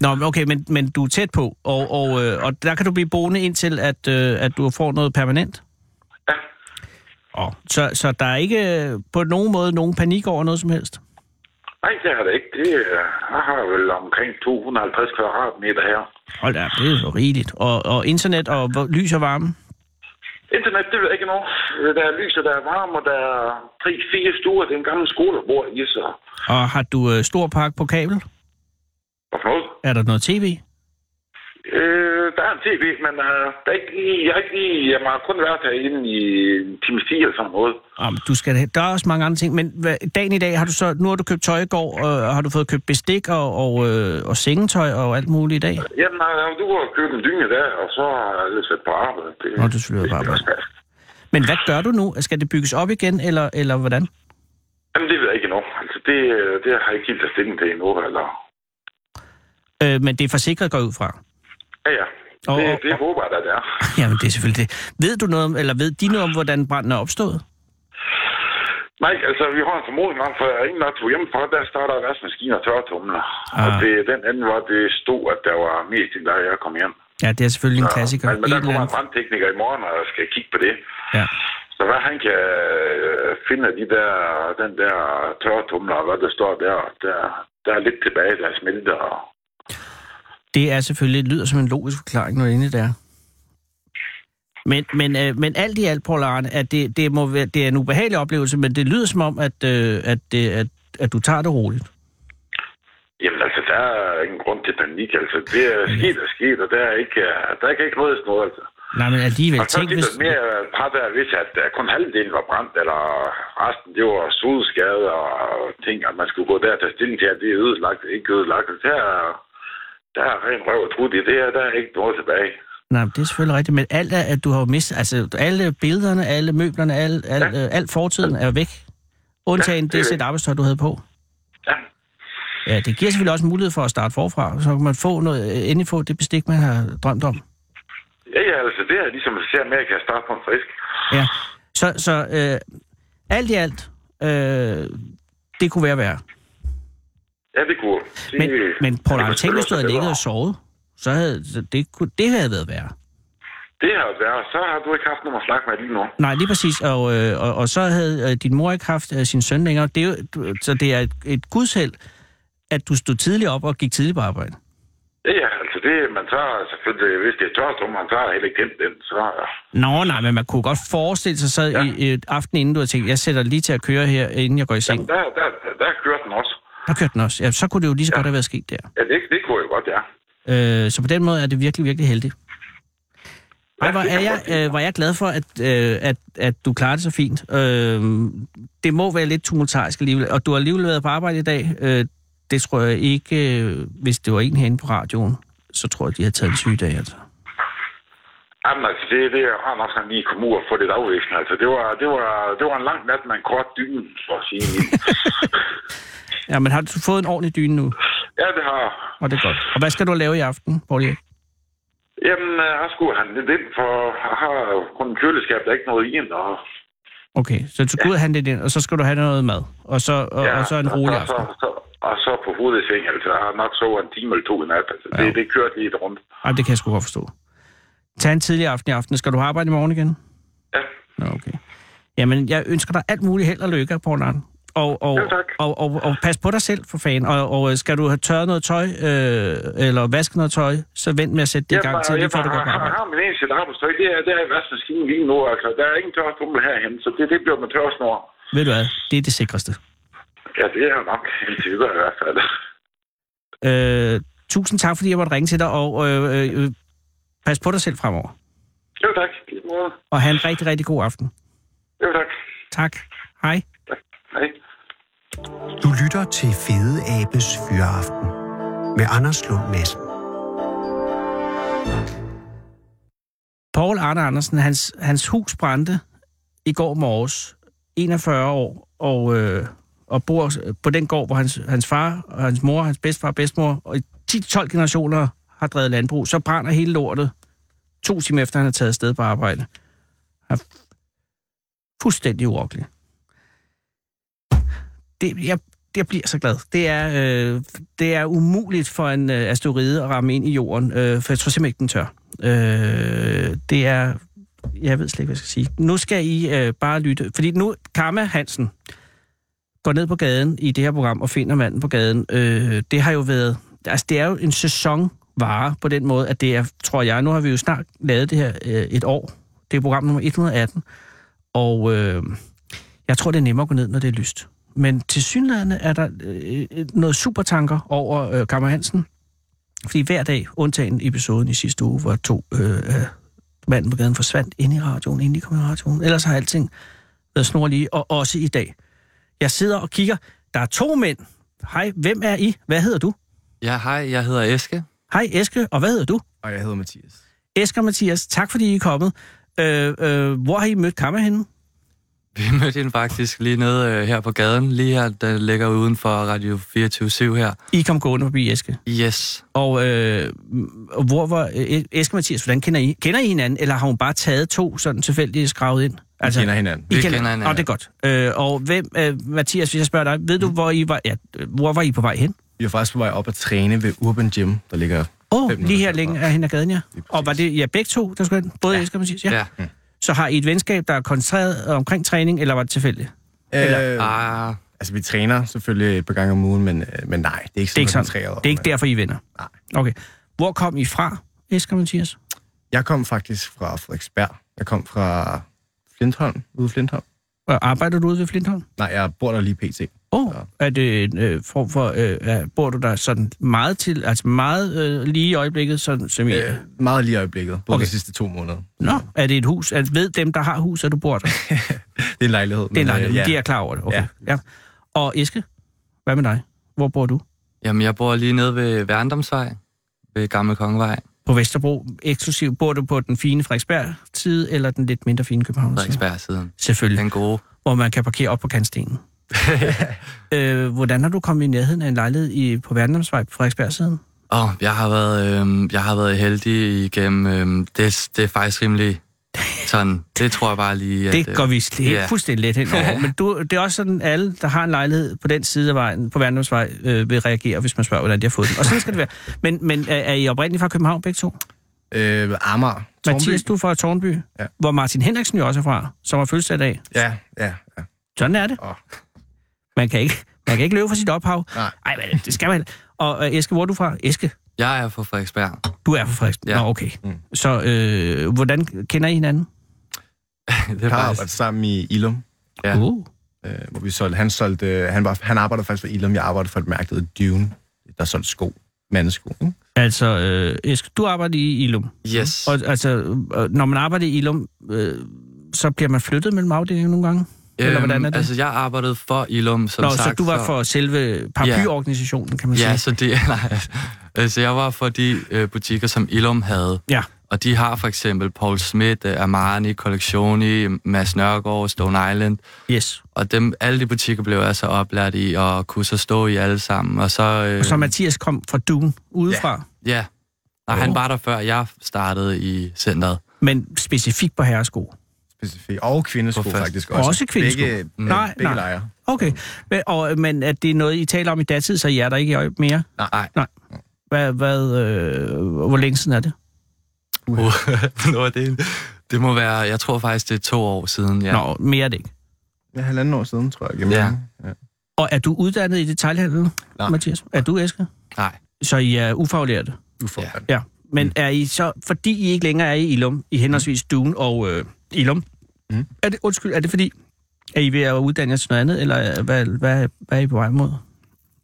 S5: Nå, men okay, men, men du er tæt på, og, og, øh, og der kan du blive boende indtil, at, øh, at du får noget permanent.
S6: Ja.
S5: Og, så, så der er ikke øh, på nogen måde nogen panik over noget som helst.
S6: Nej, det har det ikke. Det, øh, jeg har vel omkring 250 kvadratmeter her.
S5: Hold da, op, det er jo rigeligt. Og, og internet og vo- lys og varme.
S6: Internet, det ved jeg ikke noget. Der er lys, og der er varme, og der er tre, fire stuer. Det er en gammel skole, der bor i, så...
S5: Og har du øh, stor pakke på kabel?
S6: Hvad for noget?
S5: Er der noget tv?
S6: Øh, der er en tv, men øh, der er ikke lige, jeg, har ikke lige, jeg har kun været herinde i en time 10 eller sådan noget.
S5: Om, du skal, da- der er også mange andre ting, men hvad, dagen i dag har du så... Nu har du købt tøj i går, og, og har du fået købt bestik og, og, øh, og sengetøj og alt muligt i dag?
S6: Jamen, øh, du har købt en dyne der, og så har jeg lidt sat på arbejde. Det,
S5: Nå, du skal være på
S6: det-
S5: arbejde. Men hvad gør du nu? Skal det bygges op igen, eller, eller hvordan?
S6: Jamen, det ved jeg ikke endnu. Altså, det, øh, det har jeg ikke helt taget stilling til endnu, eller...
S5: Øh, men det er forsikret går jeg ud fra.
S6: Ja, ja.
S5: Og-
S6: det,
S5: og-
S6: det håber jeg da, det er.
S5: Jamen, det er selvfølgelig det. Ved du noget om, eller ved de noget om, hvordan branden er opstået?
S6: Nej, altså, vi har en formodning om, for inden jeg tog hjem fra, der starter vaskemaskiner og tørretumler.
S5: Ah.
S6: Ah. Og det, den anden var, det stod, at der var mest end der, jeg kom hjem.
S5: Ja, det er selvfølgelig en klassiker.
S6: Men, men
S5: En
S6: der
S5: eller
S6: kommer en
S5: anden-
S6: brandtekniker i morgen, og jeg skal kigge på det.
S5: Ja.
S6: Så hvad han kan øh, finde af de der, den der tørretumler, og hvad der står der, der, der er lidt tilbage, der er smeltet. Og...
S5: Det er selvfølgelig, lyder som en logisk forklaring, når det endelig er. Men, men, øh, men alt i alt, Paul Arne, at det, det, må være, det er en ubehagelig oplevelse, men det lyder som om, at, øh, at, det, at, at du tager det roligt.
S6: Jamen altså, der er ingen grund til panik, altså. Det er sket og sket, og der er ikke, øh, der er ikke noget noget, altså.
S5: Nej, men alligevel,
S6: Og så er
S5: tænk
S6: det
S5: hvis...
S6: lidt mere øh, par der, hvis at øh, kun halvdelen var brændt, eller resten, det var sodskade og ting, at man skulle gå der og tage stilling til, at det er ødelagt, ikke ødelagt. Altså, Der, er- der er ren røv og trut i det her, der er ikke noget tilbage.
S5: Nej, men det er selvfølgelig rigtigt, men alt er, at du har jo mistet... Altså, alle billederne, alle møblerne, al, al, ja. øh, alt fortiden er jo væk. Undtagen ja,
S6: Ja, det er
S5: det sæt
S6: væk.
S5: arbejdstøj, du havde på.
S6: Ja.
S5: Ja, det giver selvfølgelig også mulighed for at starte forfra, så kan man få noget, øh, endelig få det bestik, man har drømt om.
S6: Ja, ja, altså det er ligesom at se, med, at jeg kan starte på en frisk.
S5: Ja. Så, så øh, alt i alt, øh, det kunne være værre.
S6: Ja, det kunne. Det,
S5: Men, men Paul
S6: det
S5: Arne,
S6: kunne
S5: tænk, hvis du havde
S6: selvfølgelig
S5: ligget og
S6: også
S5: sovet, så havde så det, kunne, det havde været værre.
S6: være bedre. Det har været, så har du ikke haft nogen at snakke med lige nu.
S5: Nej, lige præcis. Og, øh, og, og så havde øh, din mor ikke haft øh, sin søn længere. Det er jo, du- så det er et, et gudsheld, at du stod tidligt op og gik tidligt på arbejde.
S6: Ja, ja, altså det, man tager selvfølgelig, hvis det er tørstrum, man tager heller ikke den, den, så...
S5: Nå, nej, men man kunne godt forestille sig så ja.
S6: Ja.
S5: i, i aftenen, inden du havde tænkt, jeg sætter lige til at køre her, inden jeg går i seng.
S6: Jamen, der, der, der, der kørte den også.
S5: Der kørte den også. Ja, så kunne det jo lige så ja. godt have været sket der.
S6: Ja, det, det kunne jo godt, ja.
S5: Øh, så på den måde er det virkelig, virkelig heldigt. Ej, hvor er jeg, øh, hvor er jeg glad for, at, øh, at, at du klarer det så fint. Øh, det må være lidt tumultarisk alligevel, og du har alligevel været på arbejde i dag. Øh, det tror jeg ikke, øh, hvis det var en herinde på radioen, så tror jeg, de har taget en sygedag, altså.
S6: Jamen altså, det, det er rart nok, at han lige kom ud og få lidt afveksling. Altså, det var, det var, det var en lang nat med en kort dyne, for at sige det.
S5: Ja, men har du fået en ordentlig dyne nu?
S6: Ja, det har...
S5: Og det er godt. Og hvad skal du lave i aften, Paul Erik?
S6: Jamen, øh, jeg skulle handle lidt ind, for jeg har kun en køleskab, der er ikke noget i den, og...
S5: Okay, så du skal ud og handle det ind, og så skal du have noget mad. Og så, og, ja, og så en rolig
S6: og så,
S5: aften.
S6: og, så, og så på hovedet i seng, altså. Jeg har nok sovet en time eller to i nat. Altså, det,
S5: Ja.
S6: det kørte lidt rundt.
S5: Ej, det kan jeg sgu godt forstå. Tag en tidlig aften i aften. Skal du arbejde i morgen igen?
S6: Ja.
S5: Nå, okay. Jamen, jeg ønsker dig alt muligt held og lykke, Paul Arne. Og, og,
S6: Jo, tak.
S5: og, og, og pas på dig selv, for fanden. Og, og øh, skal du have tørret noget tøj, øh, eller vasket noget tøj, så vent med at sætte det i gang
S6: Jamen,
S5: til, lige
S6: jamen,
S5: før du går på
S6: jeg har-
S5: arbejde.
S6: Jeg har min eneste arbejdstøj, det er, det er i vaskemaskinen lige nu. Altså, der er ingen tørrestummel herhen, så det, det bliver med tørresnor.
S5: Ved du hvad? Det er det sikreste.
S6: Ja, det er nok indtil videre i hvert fald.
S5: Øh, tusind tak, fordi jeg måtte ringe til dig, og øh, øh, øh, pas på dig selv fremover.
S6: Jo, tak. I lige måde.
S5: Og have en rigtig, rigtig god aften.
S6: Jo, tak.
S5: Tak. Hej.
S6: Hej.
S3: Du lytter til Fede Abes Fyraften med Anders Lund Madsen.
S5: Paul Arne Andersen, hans, hans hus brændte i går morges, 41 år, og, øh, og bor på den gård, hvor hans, hans far, og hans mor, hans bedstefar og bedstemor, og i 10-12 generationer har drevet landbrug. Så brænder hele lortet, to timer efter han er taget afsted på arbejde. Han er fuldstændig urokkelig. Det, jeg, jeg bliver så glad. Det er, øh, det er umuligt for en øh, asteroide at ramme ind i jorden, øh, for jeg tror simpelthen ikke, den tør. Øh, det er... Jeg ved slet ikke, hvad jeg skal sige. Nu skal I øh, bare lytte. Fordi nu, Karma Hansen går ned på gaden i det her program og finder manden på gaden. Øh, det har jo været... Altså, det er jo en sæsonvare på den måde, at det er, tror jeg, nu har vi jo snart lavet det her øh, et år. Det er program nummer 118. Og øh, jeg tror, det er nemmere at gå ned, når det er lyst. Men til synligheden er der øh, noget supertanker over øh, Kammer Hansen. Fordi hver dag, undtagen episoden i sidste uge, hvor to øh, øh, manden på gaden forsvandt ind i radioen, inden de kom i radioen. Ellers har alting været snorlige, og også i dag. Jeg sidder og kigger. Der er to mænd. Hej, hvem er I? Hvad hedder du?
S7: Ja, hej, jeg hedder Eske.
S5: Hej, Eske, og hvad hedder du?
S7: Og jeg hedder Mathias.
S5: Eske og Mathias, tak fordi I er kommet. Øh, øh, hvor har I mødt Kammer henne?
S7: Vi mødte hende faktisk lige nede øh, her på gaden, lige her, der ligger uden for Radio 24 her.
S5: I kom gående forbi Eske.
S7: Yes.
S5: Og øh, og hvor var øh, Eske og Mathias, hvordan kender I? Kender I hinanden, eller har hun bare taget to sådan tilfældige skravet ind? Altså,
S8: kender hinanden.
S5: I
S7: Vi
S5: kender,
S7: kender
S5: hinanden.
S7: hinanden.
S5: Og det er godt. Øh, og hvem, øh, Mathias, hvis jeg spørger dig, ved du, hvor I var, ja, øh, hvor var I på vej hen?
S8: Vi er faktisk på vej op at træne ved Urban Gym, der ligger...
S5: Åh, oh,
S8: Fem
S5: lige her
S8: minutter
S5: længe
S8: derfra.
S5: af hende af gaden, ja.
S8: Lige præcis. Mm.
S5: Og var det ja, begge to, der skulle hen? Både ja. Eske og Mathias? Ja. ja.
S7: Ja.
S5: Så har I et venskab, der er koncentreret omkring træning, eller var det tilfældigt?
S8: Øh,
S7: Ah,
S8: altså, vi træner selvfølgelig et par gange om ugen, men, øh, men nej, det er ikke
S5: Det er ikke
S8: sådan, at vi
S5: sådan.
S8: træner op,
S5: Det er ikke
S8: men-
S5: derfor, I vinder?
S8: Nej.
S5: Okay. Hvor kom I fra, Eske og Mathias?
S8: Jeg kom faktisk fra Frederiksberg. Jeg kom fra Flintholm, ude i Flintholm.
S5: Og Arbejder du ude ved Flintholm?
S8: Nej, jeg bor der lige pt.
S5: Åh, oh, er det en øh, form for, øh, er, bor du der sådan meget til, altså meget øh, lige i øjeblikket, sådan, som I... Øh.
S8: Øh, meget lige i øjeblikket,
S5: Okay.
S8: både okay. de sidste to måneder.
S5: Nå, er det et hus? Er, ved dem, der har hus, at du bor der?
S8: Det er en lejlighed.
S5: Det er en lejlighed,
S8: øh, ja,
S5: ja. de er klar over det. Okay. Ja.
S8: Ja.
S5: ja. Og Eske, hvad med dig? Hvor bor du?
S7: jamen, jeg bor lige nede ved Værendomsvej, ved Gamle Kongevej,
S5: På Vesterbro, eksklusivt. Bor du på den fine Frederiksberg-side, eller den lidt mindre fine københavn side?
S7: Frederiksberg siden.
S5: Selvfølgelig,
S7: Den gode.
S5: hvor man kan parkere op på kantstenen. øh, hvordan har du kommet i nærheden af en lejlighed i, på Verdendomsvej på Frederiksberg-siden?
S7: Og jeg har været, øh, jeg har været heldig igennem, øh, det, det er faktisk rimelig sådan, det tror jeg bare lige, at... øh,
S5: Det går vi slet,
S7: ja.
S5: yeah. fuldstændig let hen over. Men du, det er også sådan, at alle, der har en lejlighed på den side af vejen, på Verdendomsvej, øh, vil reagere, hvis man spørger, hvordan de har fået den. Og sådan skal det være. Men, men er, er I oprindeligt fra København begge to?
S8: Øh, Amager. Tornby.
S5: Mathias, du er fra Tornby, ja.
S8: Ja.
S5: hvor Martin Henriksen jo også er fra, som har fødselsdag i dag.
S8: Ja, ja, ja.
S5: Sådan er det.
S8: Åh.
S5: Man kan ikke, man kan ikke løbe fra sit ophav.
S8: Nej.
S5: Ej, men det skal man heller- Og øh, Eske, hvor er du fra? Eske,
S7: Jeg er fra Frederiksberg.
S5: du er fra Frederiksen.
S7: Ja.
S5: Nå, okay. Mm.
S8: Mm.
S5: Så øh, hvordan kender I hinanden?
S7: Det
S8: Vi
S7: er
S8: har arbejdet
S7: faktisk,
S8: sammen i Ilum.
S7: Ja.
S5: Uh.
S8: øh, hvor vi solgte, han, solgte, øh, han, var, han arbejdede faktisk for Ilum, jeg arbejdede for et mærke, der hed Dune, der solgte sko, mandesko. Ikke?
S5: Altså, øh, Esk, du arbejder i Ilum.
S7: Yes.
S5: Og altså, øh, når man arbejder i Ilum, øh, så bliver man flyttet mellem afdelinger nogle gange? eller hvordan er det?
S7: Altså, jeg arbejdede for Ilum, som
S5: Nå,
S7: sagt.
S5: så du var for selve paraplyorganisationen, kan man
S7: Ja,
S5: sige.
S7: så det... Nej, altså, jeg var for de øh, butikker, som Ilum havde.
S5: Ja.
S7: Og de har for eksempel Paul Smith, øh, Armani, Collectioni, Mads Nørgaard, Stone Island.
S5: Yes.
S7: Og dem, alle de butikker blev jeg så oplært i, og kunne så stå i alle sammen. Og så... Øh,
S5: Og så Mathias kom fra Dune udefra,
S7: Ja. Og han var der før jeg startede i centret.
S5: men specifikt på herresko.
S8: Specifikt. Og kvindesko
S7: På fast-
S8: faktisk
S5: Også,
S8: også.
S5: også kvindesko.
S8: Begge,
S5: nej,
S8: begge
S5: nej.
S8: lejre.
S5: Okay. Men, og, men at det er noget, I taler om i datid, så I er der ikke i øje- mere?
S7: Nej.
S5: Nej. Hvad, hvad, øh, hvor længe siden er det?
S7: Nå, det, det må være... Jeg tror faktisk, det er to år siden. Ja.
S5: Ja. Nå, mere er det ikke.
S8: Ja, halvanden år siden, tror jeg. Jamen,
S7: Ja.
S8: ja.
S5: Og er du uddannet i detaljhandel,
S8: Nej.
S5: Mathias? Er du Eske?
S7: Nej.
S5: Så I er ufaglærte?
S8: Du får ja.
S5: Ja. Men er I så, fordi I ikke længere er i Ilum, i henholdsvis Dune og øh, Ilum,
S8: Mm.
S5: er det, undskyld, er det fordi, at I er ved at uddanne jer til noget andet, eller hvad, hvad, hvad er I på vej mod?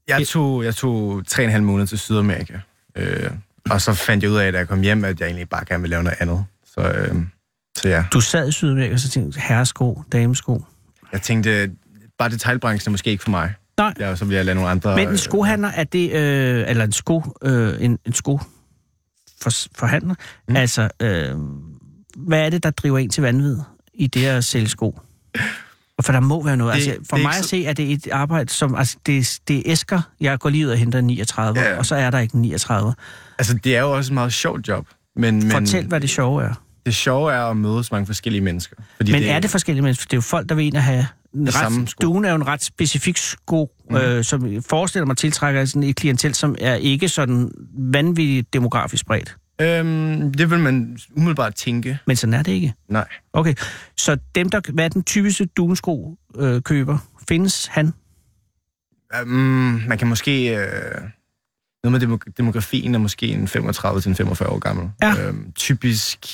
S8: Jeg tog, jeg tog tre og en halv måneder til Sydamerika. Øh, og så fandt jeg ud af, da jeg kom hjem, at jeg egentlig bare gerne ville lave noget andet. Så, øh, så ja,
S5: Du sad i Sydamerika, og så tænkte herresko, damesko.
S8: jeg tænkte, bare detailbranchen er måske ikke for mig.
S5: Nej.
S8: Ja, og så vil jeg lave nogle andre...
S5: Men en
S8: øh,
S5: skohandler, er det, øh, eller en sko, øh, en, en sko for, forhandler, mm. altså, øh, hvad er det, der driver en til vanvid i det at sælge sko? Og For der må være noget.
S8: Det-
S5: altså, for
S8: det er
S5: mig
S8: ikke
S5: at
S8: så-
S5: se, er det et arbejde, som... Altså, det, det er æsker. Jeg går lige ud og henter en 39,
S8: Ja, ja.
S5: og så er der ikke en 39.
S8: Altså, det er jo også et meget sjovt job. Men, men
S5: Fortæl, hvad det sjove er.
S8: det sjove er at møde så mange forskellige mennesker. Fordi
S5: Men er det forskellige mennesker? For det er jo folk, der vil ind og have... En ret,
S8: samme sko.
S5: Duen er jo en ret specifik sko, mm. øh, som forestiller mig tiltrækker sådan et klientel, som er ikke sådan vanvittigt demografisk bredt.
S8: Øhm, det vil man umiddelbart tænke.
S5: Men sådan er det ikke.
S8: Nej.
S5: Okay, så dem, der, hvad er den typiske dunsko øh, køber? Findes han?
S8: Um, man kan måske... Øh, noget med demo- demografien er måske en 35-45 år gammel.
S5: Ja.
S8: Øhm, typisk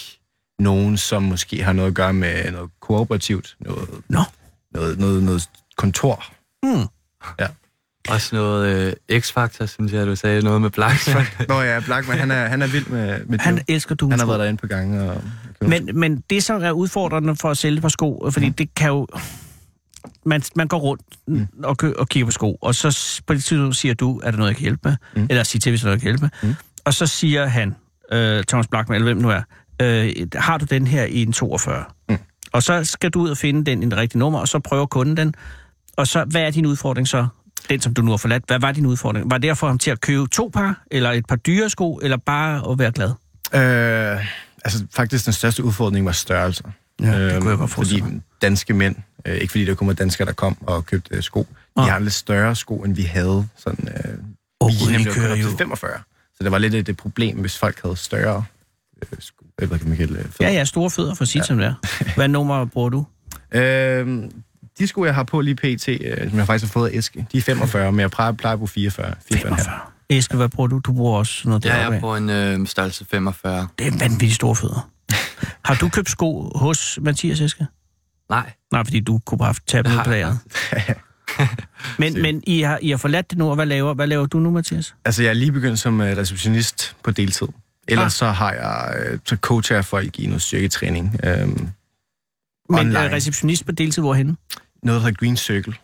S8: nogen, som måske har noget at gøre med noget kooperativt, noget,
S5: Nå. Hmm.
S8: noget, noget, noget kontor.
S7: Også noget øh, X-Factor, synes jeg, du sagde. Noget med Blackman.
S8: Nå ja, Blackman, han er, han er vild med, med
S5: Han
S8: det.
S5: elsker dunsko.
S8: han har været derinde på gange. Og,
S5: Men, men det, som er udfordrende for at sælge på sko, fordi det kan jo... Man, man går rundt og, kø, og kigger på sko, og så s- på det tidspunkt siger du, er der noget, jeg kan hjælpe med? Eller sig til, hvis der er noget, jeg kan hjælpe med. Og så siger han, øh, Thomas Blackman, eller hvem nu er, øh, har du den her i en 42? Og så skal du ud og finde den i det rigtige nummer, og så prøver kunden den. Og så, hvad er din udfordring så? Den, som du nu har forladt, hvad var din udfordring? Var det at få ham til at købe to par, eller et par dyre sko, eller bare at være glad?
S8: øh, altså, faktisk den største udfordring var størrelse. Øhm,
S5: Ja, det kunne jeg godt
S8: fordi
S5: forestille mig.
S8: danske mænd, øh, ikke fordi der kun var danskere, der kom og købte øh, sko, de
S5: Ah.
S8: har lidt større sko, end vi havde. Sådan, øh,
S5: Åh,
S8: vi
S5: I
S8: nemlig
S5: kører
S8: kørt op
S5: jo-
S8: til 45. Så det var lidt et, et problem, hvis folk havde større øh, sko. Jeg ved ikke, om man kalder det. øh,
S5: Ja, ja, store fødder for sit ja. som det er. Hvad nummer bruger du?
S8: ja. Øh, de sko, jeg har på lige pt, øh, som jeg faktisk har fået af æske, de er 45, men jeg plejer, plejer at bruge 44. 44.
S5: Eske, hvad bruger du? Du bruger også sådan noget
S7: ja, jeg
S5: deroppe
S7: er
S5: af.
S7: på en øh, størrelse 45.
S5: Det er vanvittigt store fødder. Har du købt sko hos Mathias Eske?
S7: Nej,
S5: Nej, fordi du kunne bare tage dem ud på
S7: Nej.
S5: lageret. Men, men I, har, I har forladt det nu, og hvad laver, hvad laver du nu, Mathias?
S8: Altså, jeg er lige begyndt som øh, receptionist på deltid. Ellers
S5: Ah.
S8: ah. så har jeg, øh, så coacher jeg folk i noget styrketræning. Øh,
S5: Men
S8: Online.
S5: øh, receptionist på deltid, hvorhenne?
S8: noget, der hedder Green Circle.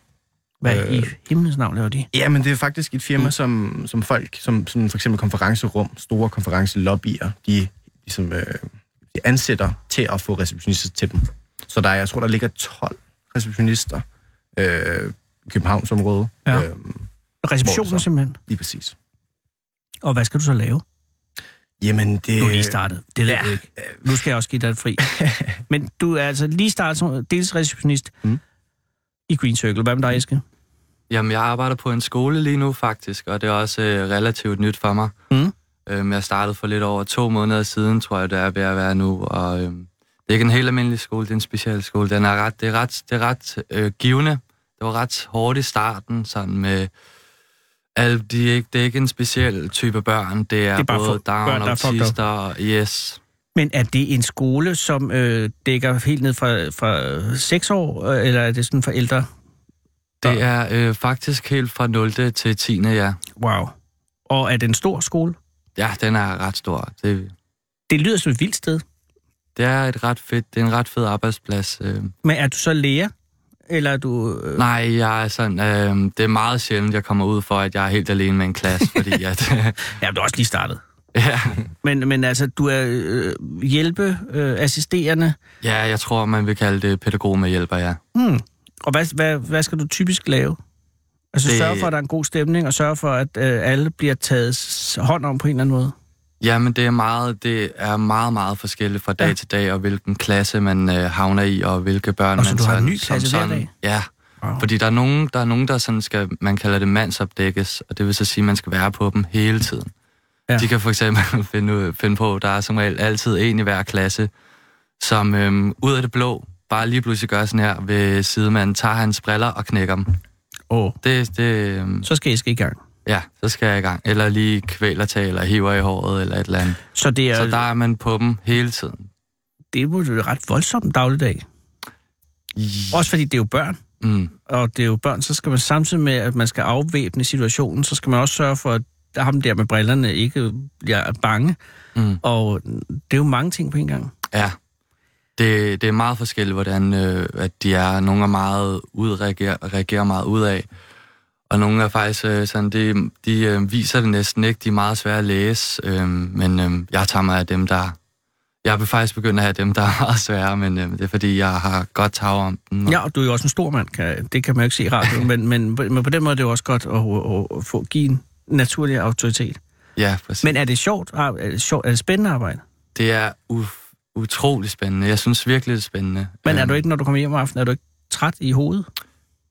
S5: Hvad øh. i
S8: Øh.
S5: himlens navn laver de?
S8: Ja, men det er faktisk et firma, som, som folk, som, som for eksempel konferencerum, store konferencelobbyer, de, ligesom, øh, de ansætter til at få receptionister til dem. Så der, er- jeg tror, der ligger 12 receptionister øh, i Københavnsområdet.
S5: Ja.
S8: Øh, Hvor
S5: Receptionen
S8: så?
S5: simpelthen.
S8: lige præcis.
S5: Og hvad skal du så lave?
S8: Jamen, det...
S5: Du er lige startet. Det ved
S8: Øh, ja.
S5: jeg ikke. Nu skal jeg også give dig et fri. Men du er altså lige startet som deltidsreceptionist mm.
S8: Mm.
S5: i Green Circle. Hvad med dig, Eske?
S7: Jamen, jeg arbejder på en skole lige nu faktisk, og det er også øh, relativt nyt for mig.
S5: Mm.
S7: Øhm, jeg startede for lidt over to måneder siden, tror jeg, det er ved at være nu, og øhm, det er ikke en helt almindelig skole, det er en specialskole. Den er ret, det er ret, det er ret øh, givende. Det var ret hårdt i starten, sådan med... Al, de er ikke, det er ikke en speciel type børn, det er,
S5: Det er bare
S7: både
S5: for-
S7: down,
S5: børn, der er fucked up.
S7: autister og yes.
S5: Men er det en skole, som øh, dækker helt ned fra, fra 6 år, øh, eller er det sådan for ældre?
S7: Det er øh, faktisk helt fra 0. til 10. ja.
S5: Wow. Og er det en stor skole?
S7: Ja, den er ret stor. Det,
S5: Det lyder som et vildt sted.
S7: det er et ret fedt, det er en ret fed arbejdsplads. Øh.
S5: Men er du så lærer? Eller er du... Øh,
S7: Nej, jeg er sådan, øh, det er meget sjældent, jeg kommer ud for, at jeg er helt alene med en klasse, fordi at,
S5: ja, du er også lige startet.
S7: ja,
S5: Men, men altså, du er øh, hjælpe, øh, assisterende.
S7: ja, jeg tror, man vil kalde det pædagog med hjælper, ja.
S5: Hmm. Og hvad, hvad, hvad skal du typisk lave? Altså det...
S7: Det-
S5: sørge for, at der er en god stemning, og sørge for, at øh, alle bliver taget s- hånd om på en eller anden måde.
S7: Jamen, det er meget, det er meget, meget forskelligt fra dag
S5: Ja.
S7: ja. til dag, og hvilken klasse man øh, havner i, og hvilke børn
S5: Og
S7: man
S5: så du har en ny
S7: som
S5: klasse hver
S7: sådan,
S5: dag?
S7: Ja,
S5: Wow.
S7: fordi der er nogen, der, er nogen, der sådan skal, man kalder det mandsopdækkes, og det vil så sige, at man skal være på dem hele tiden.
S5: Ja.
S7: Ja. De kan for eksempel finde, ud- finde på, der er som regel altid en i hver klasse, som øhm, ud af det blå bare lige pludselig gør sådan her ved sidemanden, tager hans briller og knækker dem.
S5: Oh.
S7: Det, det, øhm,
S5: Så skal I skal i gang.
S7: ja, så skal jeg i gang. Eller lige kvæler til, eller hiver i håret, eller et eller andet.
S5: Så det er,
S7: Så
S5: så
S7: der
S5: der...
S7: er man på dem hele tiden.
S5: det er jo en ret voldsom dagligdag. Også fordi det er jo børn.
S7: Mm.
S5: og det er jo børn, så skal man samtidig med, at man skal afvæbne situationen, så skal man også sørge for, at ham der med brillerne ikke bliver bange.
S7: Mm.
S5: Og det er jo mange ting på en gang.
S7: Ja. Det, det er meget forskelligt, hvordan øh, at de er. Nogle er meget udreagerer, reagerer meget ud af, og nogle er faktisk øh, sådan, de, de øh, viser det næsten ikke. De er meget svære at læse, øh, men øh, jeg tager mig af dem, der... Jeg vil faktisk begynde at have dem, der er meget svære, men øh, det er fordi, jeg har godt tag om dem. og-
S5: Ja, og du er jo også en stor mand, kan, det kan man jo ikke se i radioen, men, men, men på den måde er det jo også godt at, at, at få, give en naturlig autoritet.
S7: ja præcis.
S5: Men er det sjovt? ar- Er det, sjovt, er det spændende arbejde?
S7: Det er uf, utrolig spændende. Jeg synes virkelig, det er spændende.
S5: Men er
S7: Øhm,
S5: du ikke, når du kommer hjem om aftenen, er du ikke træt i hovedet?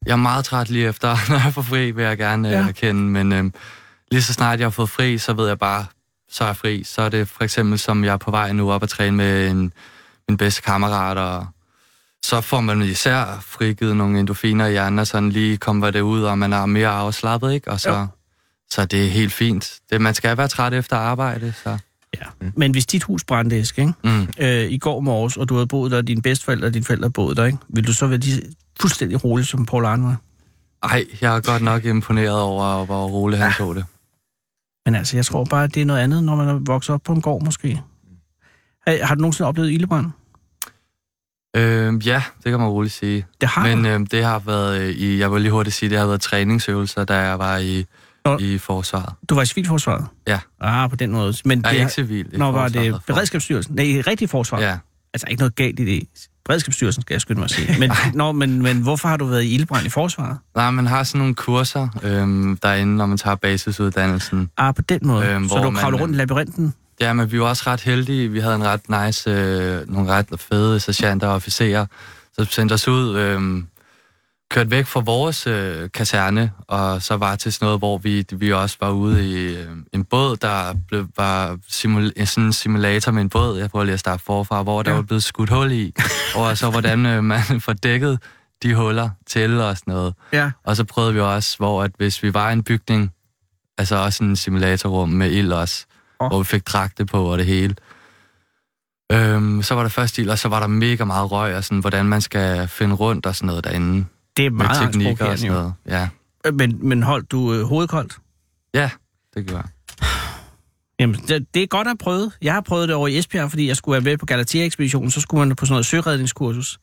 S7: Jeg er meget træt lige efter, når jeg får fri, vil jeg gerne
S5: Ja.
S7: ja. erkende, men øhm, lige så snart jeg har fået fri, så ved jeg bare, så er jeg fri. Så er det for eksempel, som jeg er på vej nu op og træne med en, min bedste kammerat, og så får man især frigivet nogle endorfiner i hjernen, og sådan lige kommer det ud, og man er mere afslappet, ikke? Og så,
S5: Jo.
S7: så det er helt fint. Det, man skal være træt efter arbejde, så...
S5: Ja. Men hvis dit hus brændte, Eske, ikke?
S7: Mm.
S5: øh, i går morges, og du havde boet der, og dine bedsteforældre og dine forældre havde boet der, ikke? vil du så være lige fuldstændig rolig, som Paul Arne var?
S7: Ej, jeg er godt nok imponeret over, hvor roligt han tog det.
S5: Men altså, jeg tror bare, at det er noget andet, når man er vokset op på en gård, måske. Har, har du nogensinde oplevet ildebrand?
S7: Øhm, ja, det kan man roligt sige.
S5: Det har
S7: Men
S5: Men,
S7: øhm, det har været øh, i, jeg vil lige hurtigt sige, det har været træningsøvelser, da jeg var i,
S5: Nå.
S7: i forsvaret.
S5: du. var i civilforsvaret?
S7: Ja.
S5: Ah, på den måde. Men
S7: Nej,
S5: det,
S7: ikke
S5: har-
S7: civil. i
S5: når var
S7: forsvaret.
S5: det Beredskabsstyrelsen? Nej, rigtig forsvar.
S7: Ja.
S5: Altså, ikke noget galt i det. Beredskabsstyrelsen, skal jeg skynde mig at sige. Men, nå, men, men hvorfor har du været i ildebrand i forsvaret?
S7: Nej, man har sådan nogle kurser øhm, derinde, når man tager basisuddannelsen.
S5: Ah, på den måde.
S7: Øhm,
S5: Øhm, så
S7: hvor
S5: du
S7: man-
S5: kravler rundt i labyrinten?
S7: Ja, men vi var også ret heldige. Vi havde en ret nice, øh, nogle ret fede sergeanter og officerer, som sendte os ud, øh, kørt væk fra vores øh, kaserne, og så var til sådan noget, hvor vi, vi også var ude i øh, en båd, der blev, var simul- en sådan en simulator med en båd, jeg prøver lige at starte forfra, hvor der
S5: Ja.
S7: var blevet skudt hul i, og så hvordan øh, man får dækket de huller til og sådan noget.
S5: Ja.
S7: Og så prøvede vi også, hvor at hvis vi var i en bygning, altså også en simulatorrum med ild også,
S5: Åh.
S7: oh. hvor vi fik dragte på og det hele. Øhm, så var der først ild, og så var der mega meget røg, og sådan, hvordan man skal finde rundt og sådan noget derinde.
S5: Det er
S7: med
S5: meget
S7: teknikker og
S5: angstprovokerende,
S7: sådan
S5: jo.
S7: noget. Ja.
S5: Øh, Men, men holdt du øh, hovedet koldt?
S7: ja, det gjorde jeg.
S5: Jamen, det, det er godt at have prøvet. Jeg har prøvet det over i Esbjerg, fordi jeg skulle være med på Galatea-ekspeditionen, så skulle man på sådan noget søredningskursus.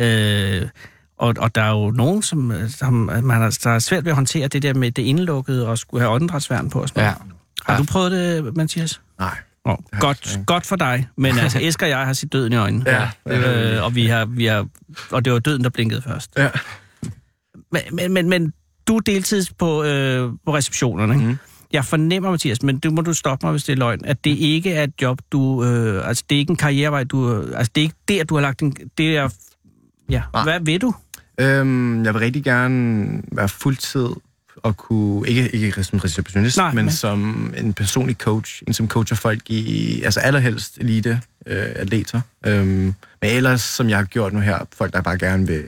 S5: Øh, og, og der er jo nogen, som, øh, som man har, der er svært ved at håndtere det der med det indelukkede og skulle have åndedrætsværn på og sådan
S7: Ja.
S5: noget. Har du prøvet det, Mathias?
S8: Nej.
S5: Oh,
S8: jeg
S5: godt,
S8: desværre ikke.
S5: godt for dig, men altså Esker og jeg har set døden i øjnene.
S8: Ja,
S5: det øh, og, vi har, vi har, og det var døden, der blinkede først.
S8: Ja.
S5: Men, men, men, men du er deltids på, øh, på receptionerne, ikke? Mm.
S8: Mhm.
S5: Jeg fornemmer, Mathias, men det må du stoppe mig, hvis det er løgn, at det ikke er et job, du... Øh, altså, det er ikke en karrierevej, du... Øh, altså, det er ikke der, du har lagt en... Det er... Ja,
S8: Nej.
S5: hvad vil du?
S8: Øhm, jeg vil rigtig gerne være fuldtid og kunne, ikke, ikke som receptionist,
S5: Nej,
S8: Nej,
S5: men-
S8: men, men som en personlig coach, en som coacher folk i, altså allerhelst elite øh, atleter. Øhm, men ellers, som jeg har gjort nu her, folk der bare gerne vil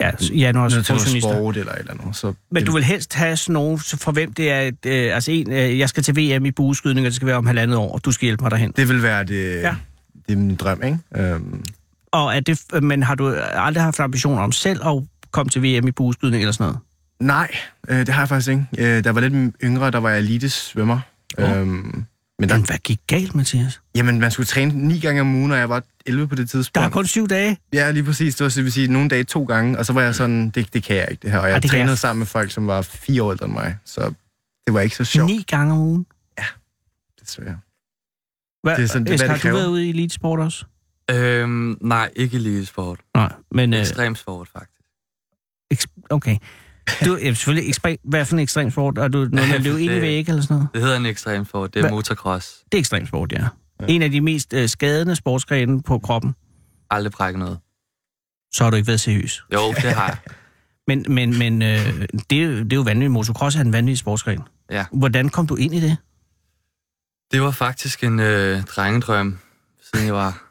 S5: Ja, januar
S8: noget til noget
S5: pensionister.
S8: sport eller et eller andet. Så
S5: Men
S8: det-
S5: du vil helst have sådan nogen, for hvem det er... Et, øh, altså, en, øh, jeg skal til VM i bueskydning, og det skal være om halvandet år, og du skal hjælpe mig derhen.
S8: Det vil være det,
S5: Ja.
S8: ja. det er min drøm, ikke? Øhm,
S5: Og er det, men har du aldrig haft ambitioner om selv at komme til VM i bueskydning eller sådan noget?
S8: nej, øh, det har jeg faktisk ikke. Øh, da jeg var lidt yngre, der var jeg elite svømmer. Ja. Øhm, men der,
S5: Men hvad gik galt, Mathias?
S8: jamen, man skulle træne ni gange om ugen, og jeg var 11 på det
S5: Der er
S8: tidspunkt.
S5: kun syv dage.
S8: Ja, lige præcis. Det var så det vil sige nogle dage to gange, og så var jeg sådan, det, det kan jeg ikke det her. Og jeg
S5: Ej, det
S8: Ej,
S5: kan
S8: trænede
S5: jeg.
S8: sammen med folk, som var fire år ældre end mig, så det var ikke så sjovt,
S5: Ni gange om ugen.
S8: desværre.
S5: Hvad,
S8: Det er sådan, det er, hvad
S5: Esk,
S8: det
S5: har du
S8: kræver.
S5: været ude i elitesport også?
S7: Øhm, nej, ikke elitesport.
S5: Nej, men... Øh,
S7: Ekstremsport, faktisk.
S5: eks- okay. Du er selvfølgelig ekstrem... Hvad for en ekstrem sport? Er du noget med at løbe ind i
S7: Det-
S5: væg eller sådan noget?
S7: Det hedder en ekstremsport. Det er
S5: Hvad?
S7: motocross.
S5: Det er ekstrem sport, ja. En af de mest øh, skadende sportsgrene på kroppen.
S7: Aldrig brække noget.
S5: Så har du ikke været seriøs.
S7: Jo, det har jeg.
S5: Men, men, men øh, det, er jo- det er jo vanvittigt. Motocross er en vanvittig sportsgren.
S7: Ja.
S5: Hvordan kom du ind i det?
S7: Det var faktisk en øh, drengedrøm, siden jeg var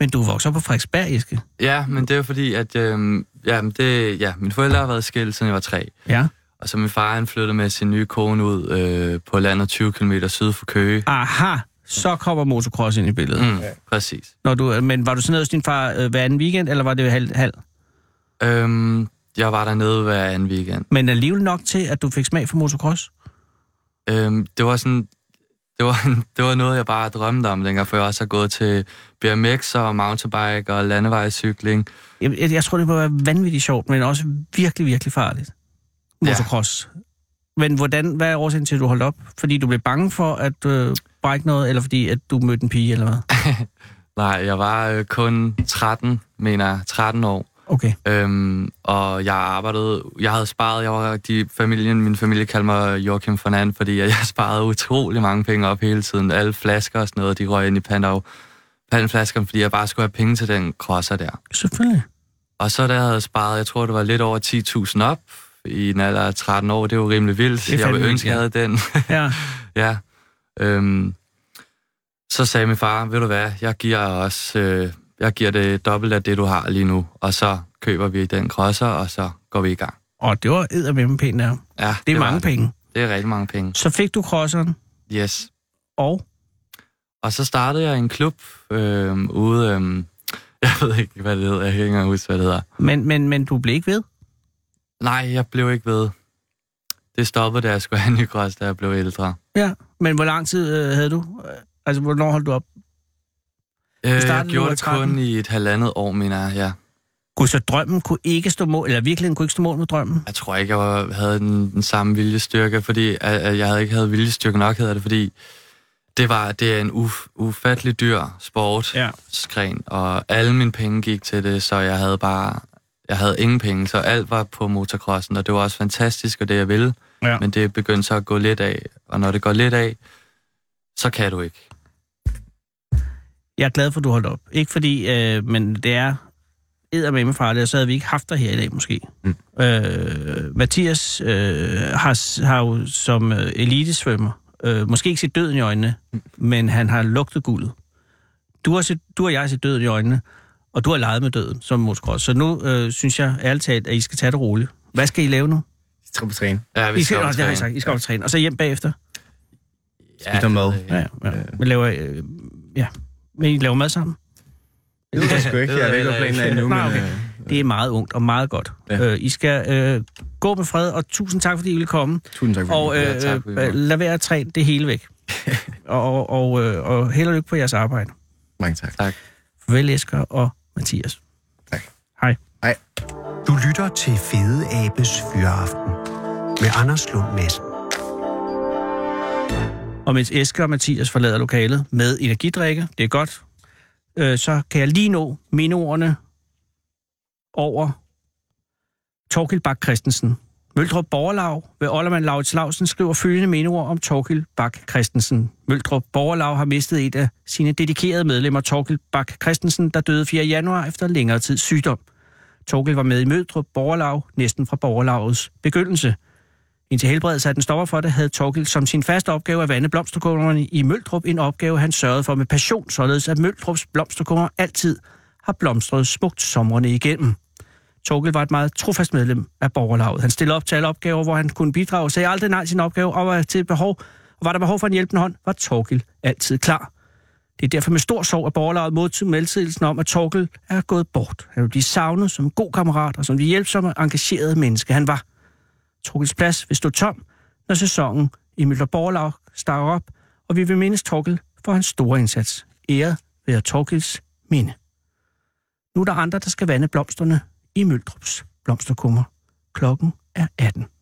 S5: Men du voksede op på Frederiksberg, Eske.
S7: Ja, men det er jo fordi, at øhm, ja, men det, ja, mine forældre har været skilt, siden jeg var tre.
S5: Ja.
S7: Og så min far, han flyttede med sin nye kone ud øh, på landet 20 km syd for Køge.
S5: Aha, så kommer motocross ind i billedet. Mm.
S7: Mm, præcis.
S5: Når du, men var du sådan noget hos din far øh, hver anden weekend, eller var det halv, halv?
S7: Øhm, jeg var dernede hver anden weekend.
S5: Men alligevel nok til, at du fik smag for motocross?
S7: Øhm, det var sådan... Det var, det var noget, jeg bare drømte om dengang, for jeg også har gået til BMX og mountainbike og landevejscykling.
S5: Jeg, jeg, jeg tror, det må være vanvittigt sjovt, men også virkelig, virkelig farligt.
S7: Ja.
S5: Motocross. Ja. Men hvordan, hvad er årsagen til, at du holdt op? Fordi du blev bange for at øh, brække noget, eller fordi at du mødte en pige, eller hvad?
S7: Nej, jeg var øh, kun 13, mener jeg, 13 år.
S5: Okay.
S7: Øhm, og jeg arbejdede, jeg havde sparet, jeg var de familien, min familie kaldte mig Joachim Fernand, fordi jeg, jeg sparede utrolig mange penge op hele tiden. Alle flasker og sådan noget, de røg ind i pandav, pandflaskerne, fordi jeg bare skulle have penge til den crosser der.
S5: Selvfølgelig.
S7: Og så da jeg havde sparet, jeg tror det var lidt over 10.000 op i en alder af 13 år, det var rimelig vildt.
S5: Det er
S7: Jeg
S5: fandme
S7: ville
S5: vildt,
S7: ønske, jeg
S5: ja.
S7: havde den.
S5: Ja.
S7: ja. Øhm, så sagde min far, ved du hvad, jeg giver også, øh, jeg giver det dobbelt af det, du har lige nu, og så køber vi den crosser, og så går vi i gang.
S5: Og det var eddermemme pænt der.
S7: Ja, det,
S5: Det er
S7: var
S5: mange penge.
S7: Det er rigtig mange penge.
S5: Så fik du crosseren,
S7: Yes.
S5: og
S7: Og så startede jeg en klub øh, ude, øh, jeg ved ikke, hvad det hedder, jeg kan ikke engang huske, hvad det hedder.
S5: men, men, men du blev ikke ved.
S7: Nej, jeg blev ikke ved. Det stoppede, da jeg skulle have en ny cross, da jeg blev ældre.
S5: Ja. Men hvor lang tid øh, havde du? Øh, Altså, hvornår holdt du op?
S7: Øh, jeg
S5: startede, du
S7: gjorde
S5: var
S7: det
S5: 13.
S7: kun i et halvandet år, mener jeg, ja.
S5: Gud, så drømmen kunne ikke stå mål, eller virkeligheden kunne ikke stå mål med drømmen?
S7: Jeg tror ikke, jeg var- havde den, den samme viljestyrke, fordi at, at jeg havde ikke havde viljestyrke nok, hedder det, fordi det, var, det er en uf, ufattelig dyr sport,
S5: Ja.
S7: skren, og alle mine penge gik til det, så jeg havde bare jeg havde ingen penge, så alt var på motocrossen, og det var også fantastisk, og det jeg ville,
S5: Ja.
S7: men det begyndte så at gå lidt af, og når det går lidt af, så kan du ikke.
S5: Jeg er glad for, at du holdt op. Ikke fordi, øh, men det er eddermame farligt, og så havde vi ikke haft dig her i dag måske. Mm. Øh, Mathias øh, har, s- har jo som øh, elitesvømmer, øh, måske ikke set døden i øjnene, mm. men han har lugtet guldet. Du, har set, du og jeg har set døden i øjnene, og du har leget med døden som motocross. Så nu øh, synes jeg ærligt talt, at I skal tage det roligt. Hvad skal I lave nu?
S8: De skal på træne.
S7: Ja,
S5: I skal,
S7: op
S5: Nå,
S7: og
S5: det har
S7: træne.
S5: jeg sagt. I skal op og træne, og så hjem bagefter.
S7: Ja,
S8: Spise noget
S7: det ved
S8: mad.
S7: jeg
S5: Ja, ja. Vi laver, øh, ja. Men I laver mad sammen?
S8: Det ved jeg sgu ikke.
S7: Det ved
S8: Jeg ved
S7: jeg
S8: ikke, hvad
S7: heller
S8: planen er
S5: ikke.
S8: endnu, men...
S5: Nej, okay.
S8: øh,
S5: Det er meget ungt og meget godt. Ja.
S8: Ja.
S5: Øh, I skal øh, gå med fred, og tusind tak, fordi I ville komme.
S8: Tusind tak for
S5: Og
S8: det.
S5: øh,
S7: Ja, tak, fordi vi
S5: øh,
S7: måtte.
S5: lad være at træne det hele væk. og, og, øh, og held og lykke på jeres arbejde.
S8: Mange tak.
S5: Vel, Esker og Mathias.
S8: Tak.
S5: Hej.
S3: Du lytter til Fede Abes Fyraften med Anders Lund Madsen.
S5: Og mens Esker og Mathias forlader lokalet med energidrikke, det er godt, øh, så kan jeg lige nå mindeordene over Torkild Bak Christensen. Møldrup Borgerlag ved Ollermann Laurits Lausen skriver følgende mindeord om Torkild Bak Christensen. Møldrup Borgerlag har mistet et af sine dedikerede medlemmer, Torkild Bak Christensen, der døde 4. januar efter længere tids sygdom. Torkild var med i Møldrup Borgerlag næsten fra Borgerlagets begyndelse. Indtil helbredelse af den stopper for det, havde Torgild som sin faste opgave at vande blomsterkummerne i Møldrup, en opgave han sørgede for med passion, således at Møldrups blomsterkummer altid har blomstret smukt somrene igennem. Torgild var et meget trofast medlem af borgerlaget. Han stillede op til alle opgaver, hvor han kunne bidrage, sagde aldrig nej til sin opgave, og var, til behov, og var der behov for en hjælpende hånd, var Torgild altid klar. Det er derfor med stor sorg, at borgerlaget modtog meddelelsen om, at Torgild er gået bort. Han vil blive savnet som en god kammerat og som det hjælpsomme, engagerede menneske, han var. Torgils plads vil stå tom, når sæsonen i Møller Borlaug Starup, og vi vil mindes Torkel for hans store indsats. Æret være Torkels minde. Nu er der andre, der skal vande blomsterne i Møldrups blomsterkummer. Klokken er 18.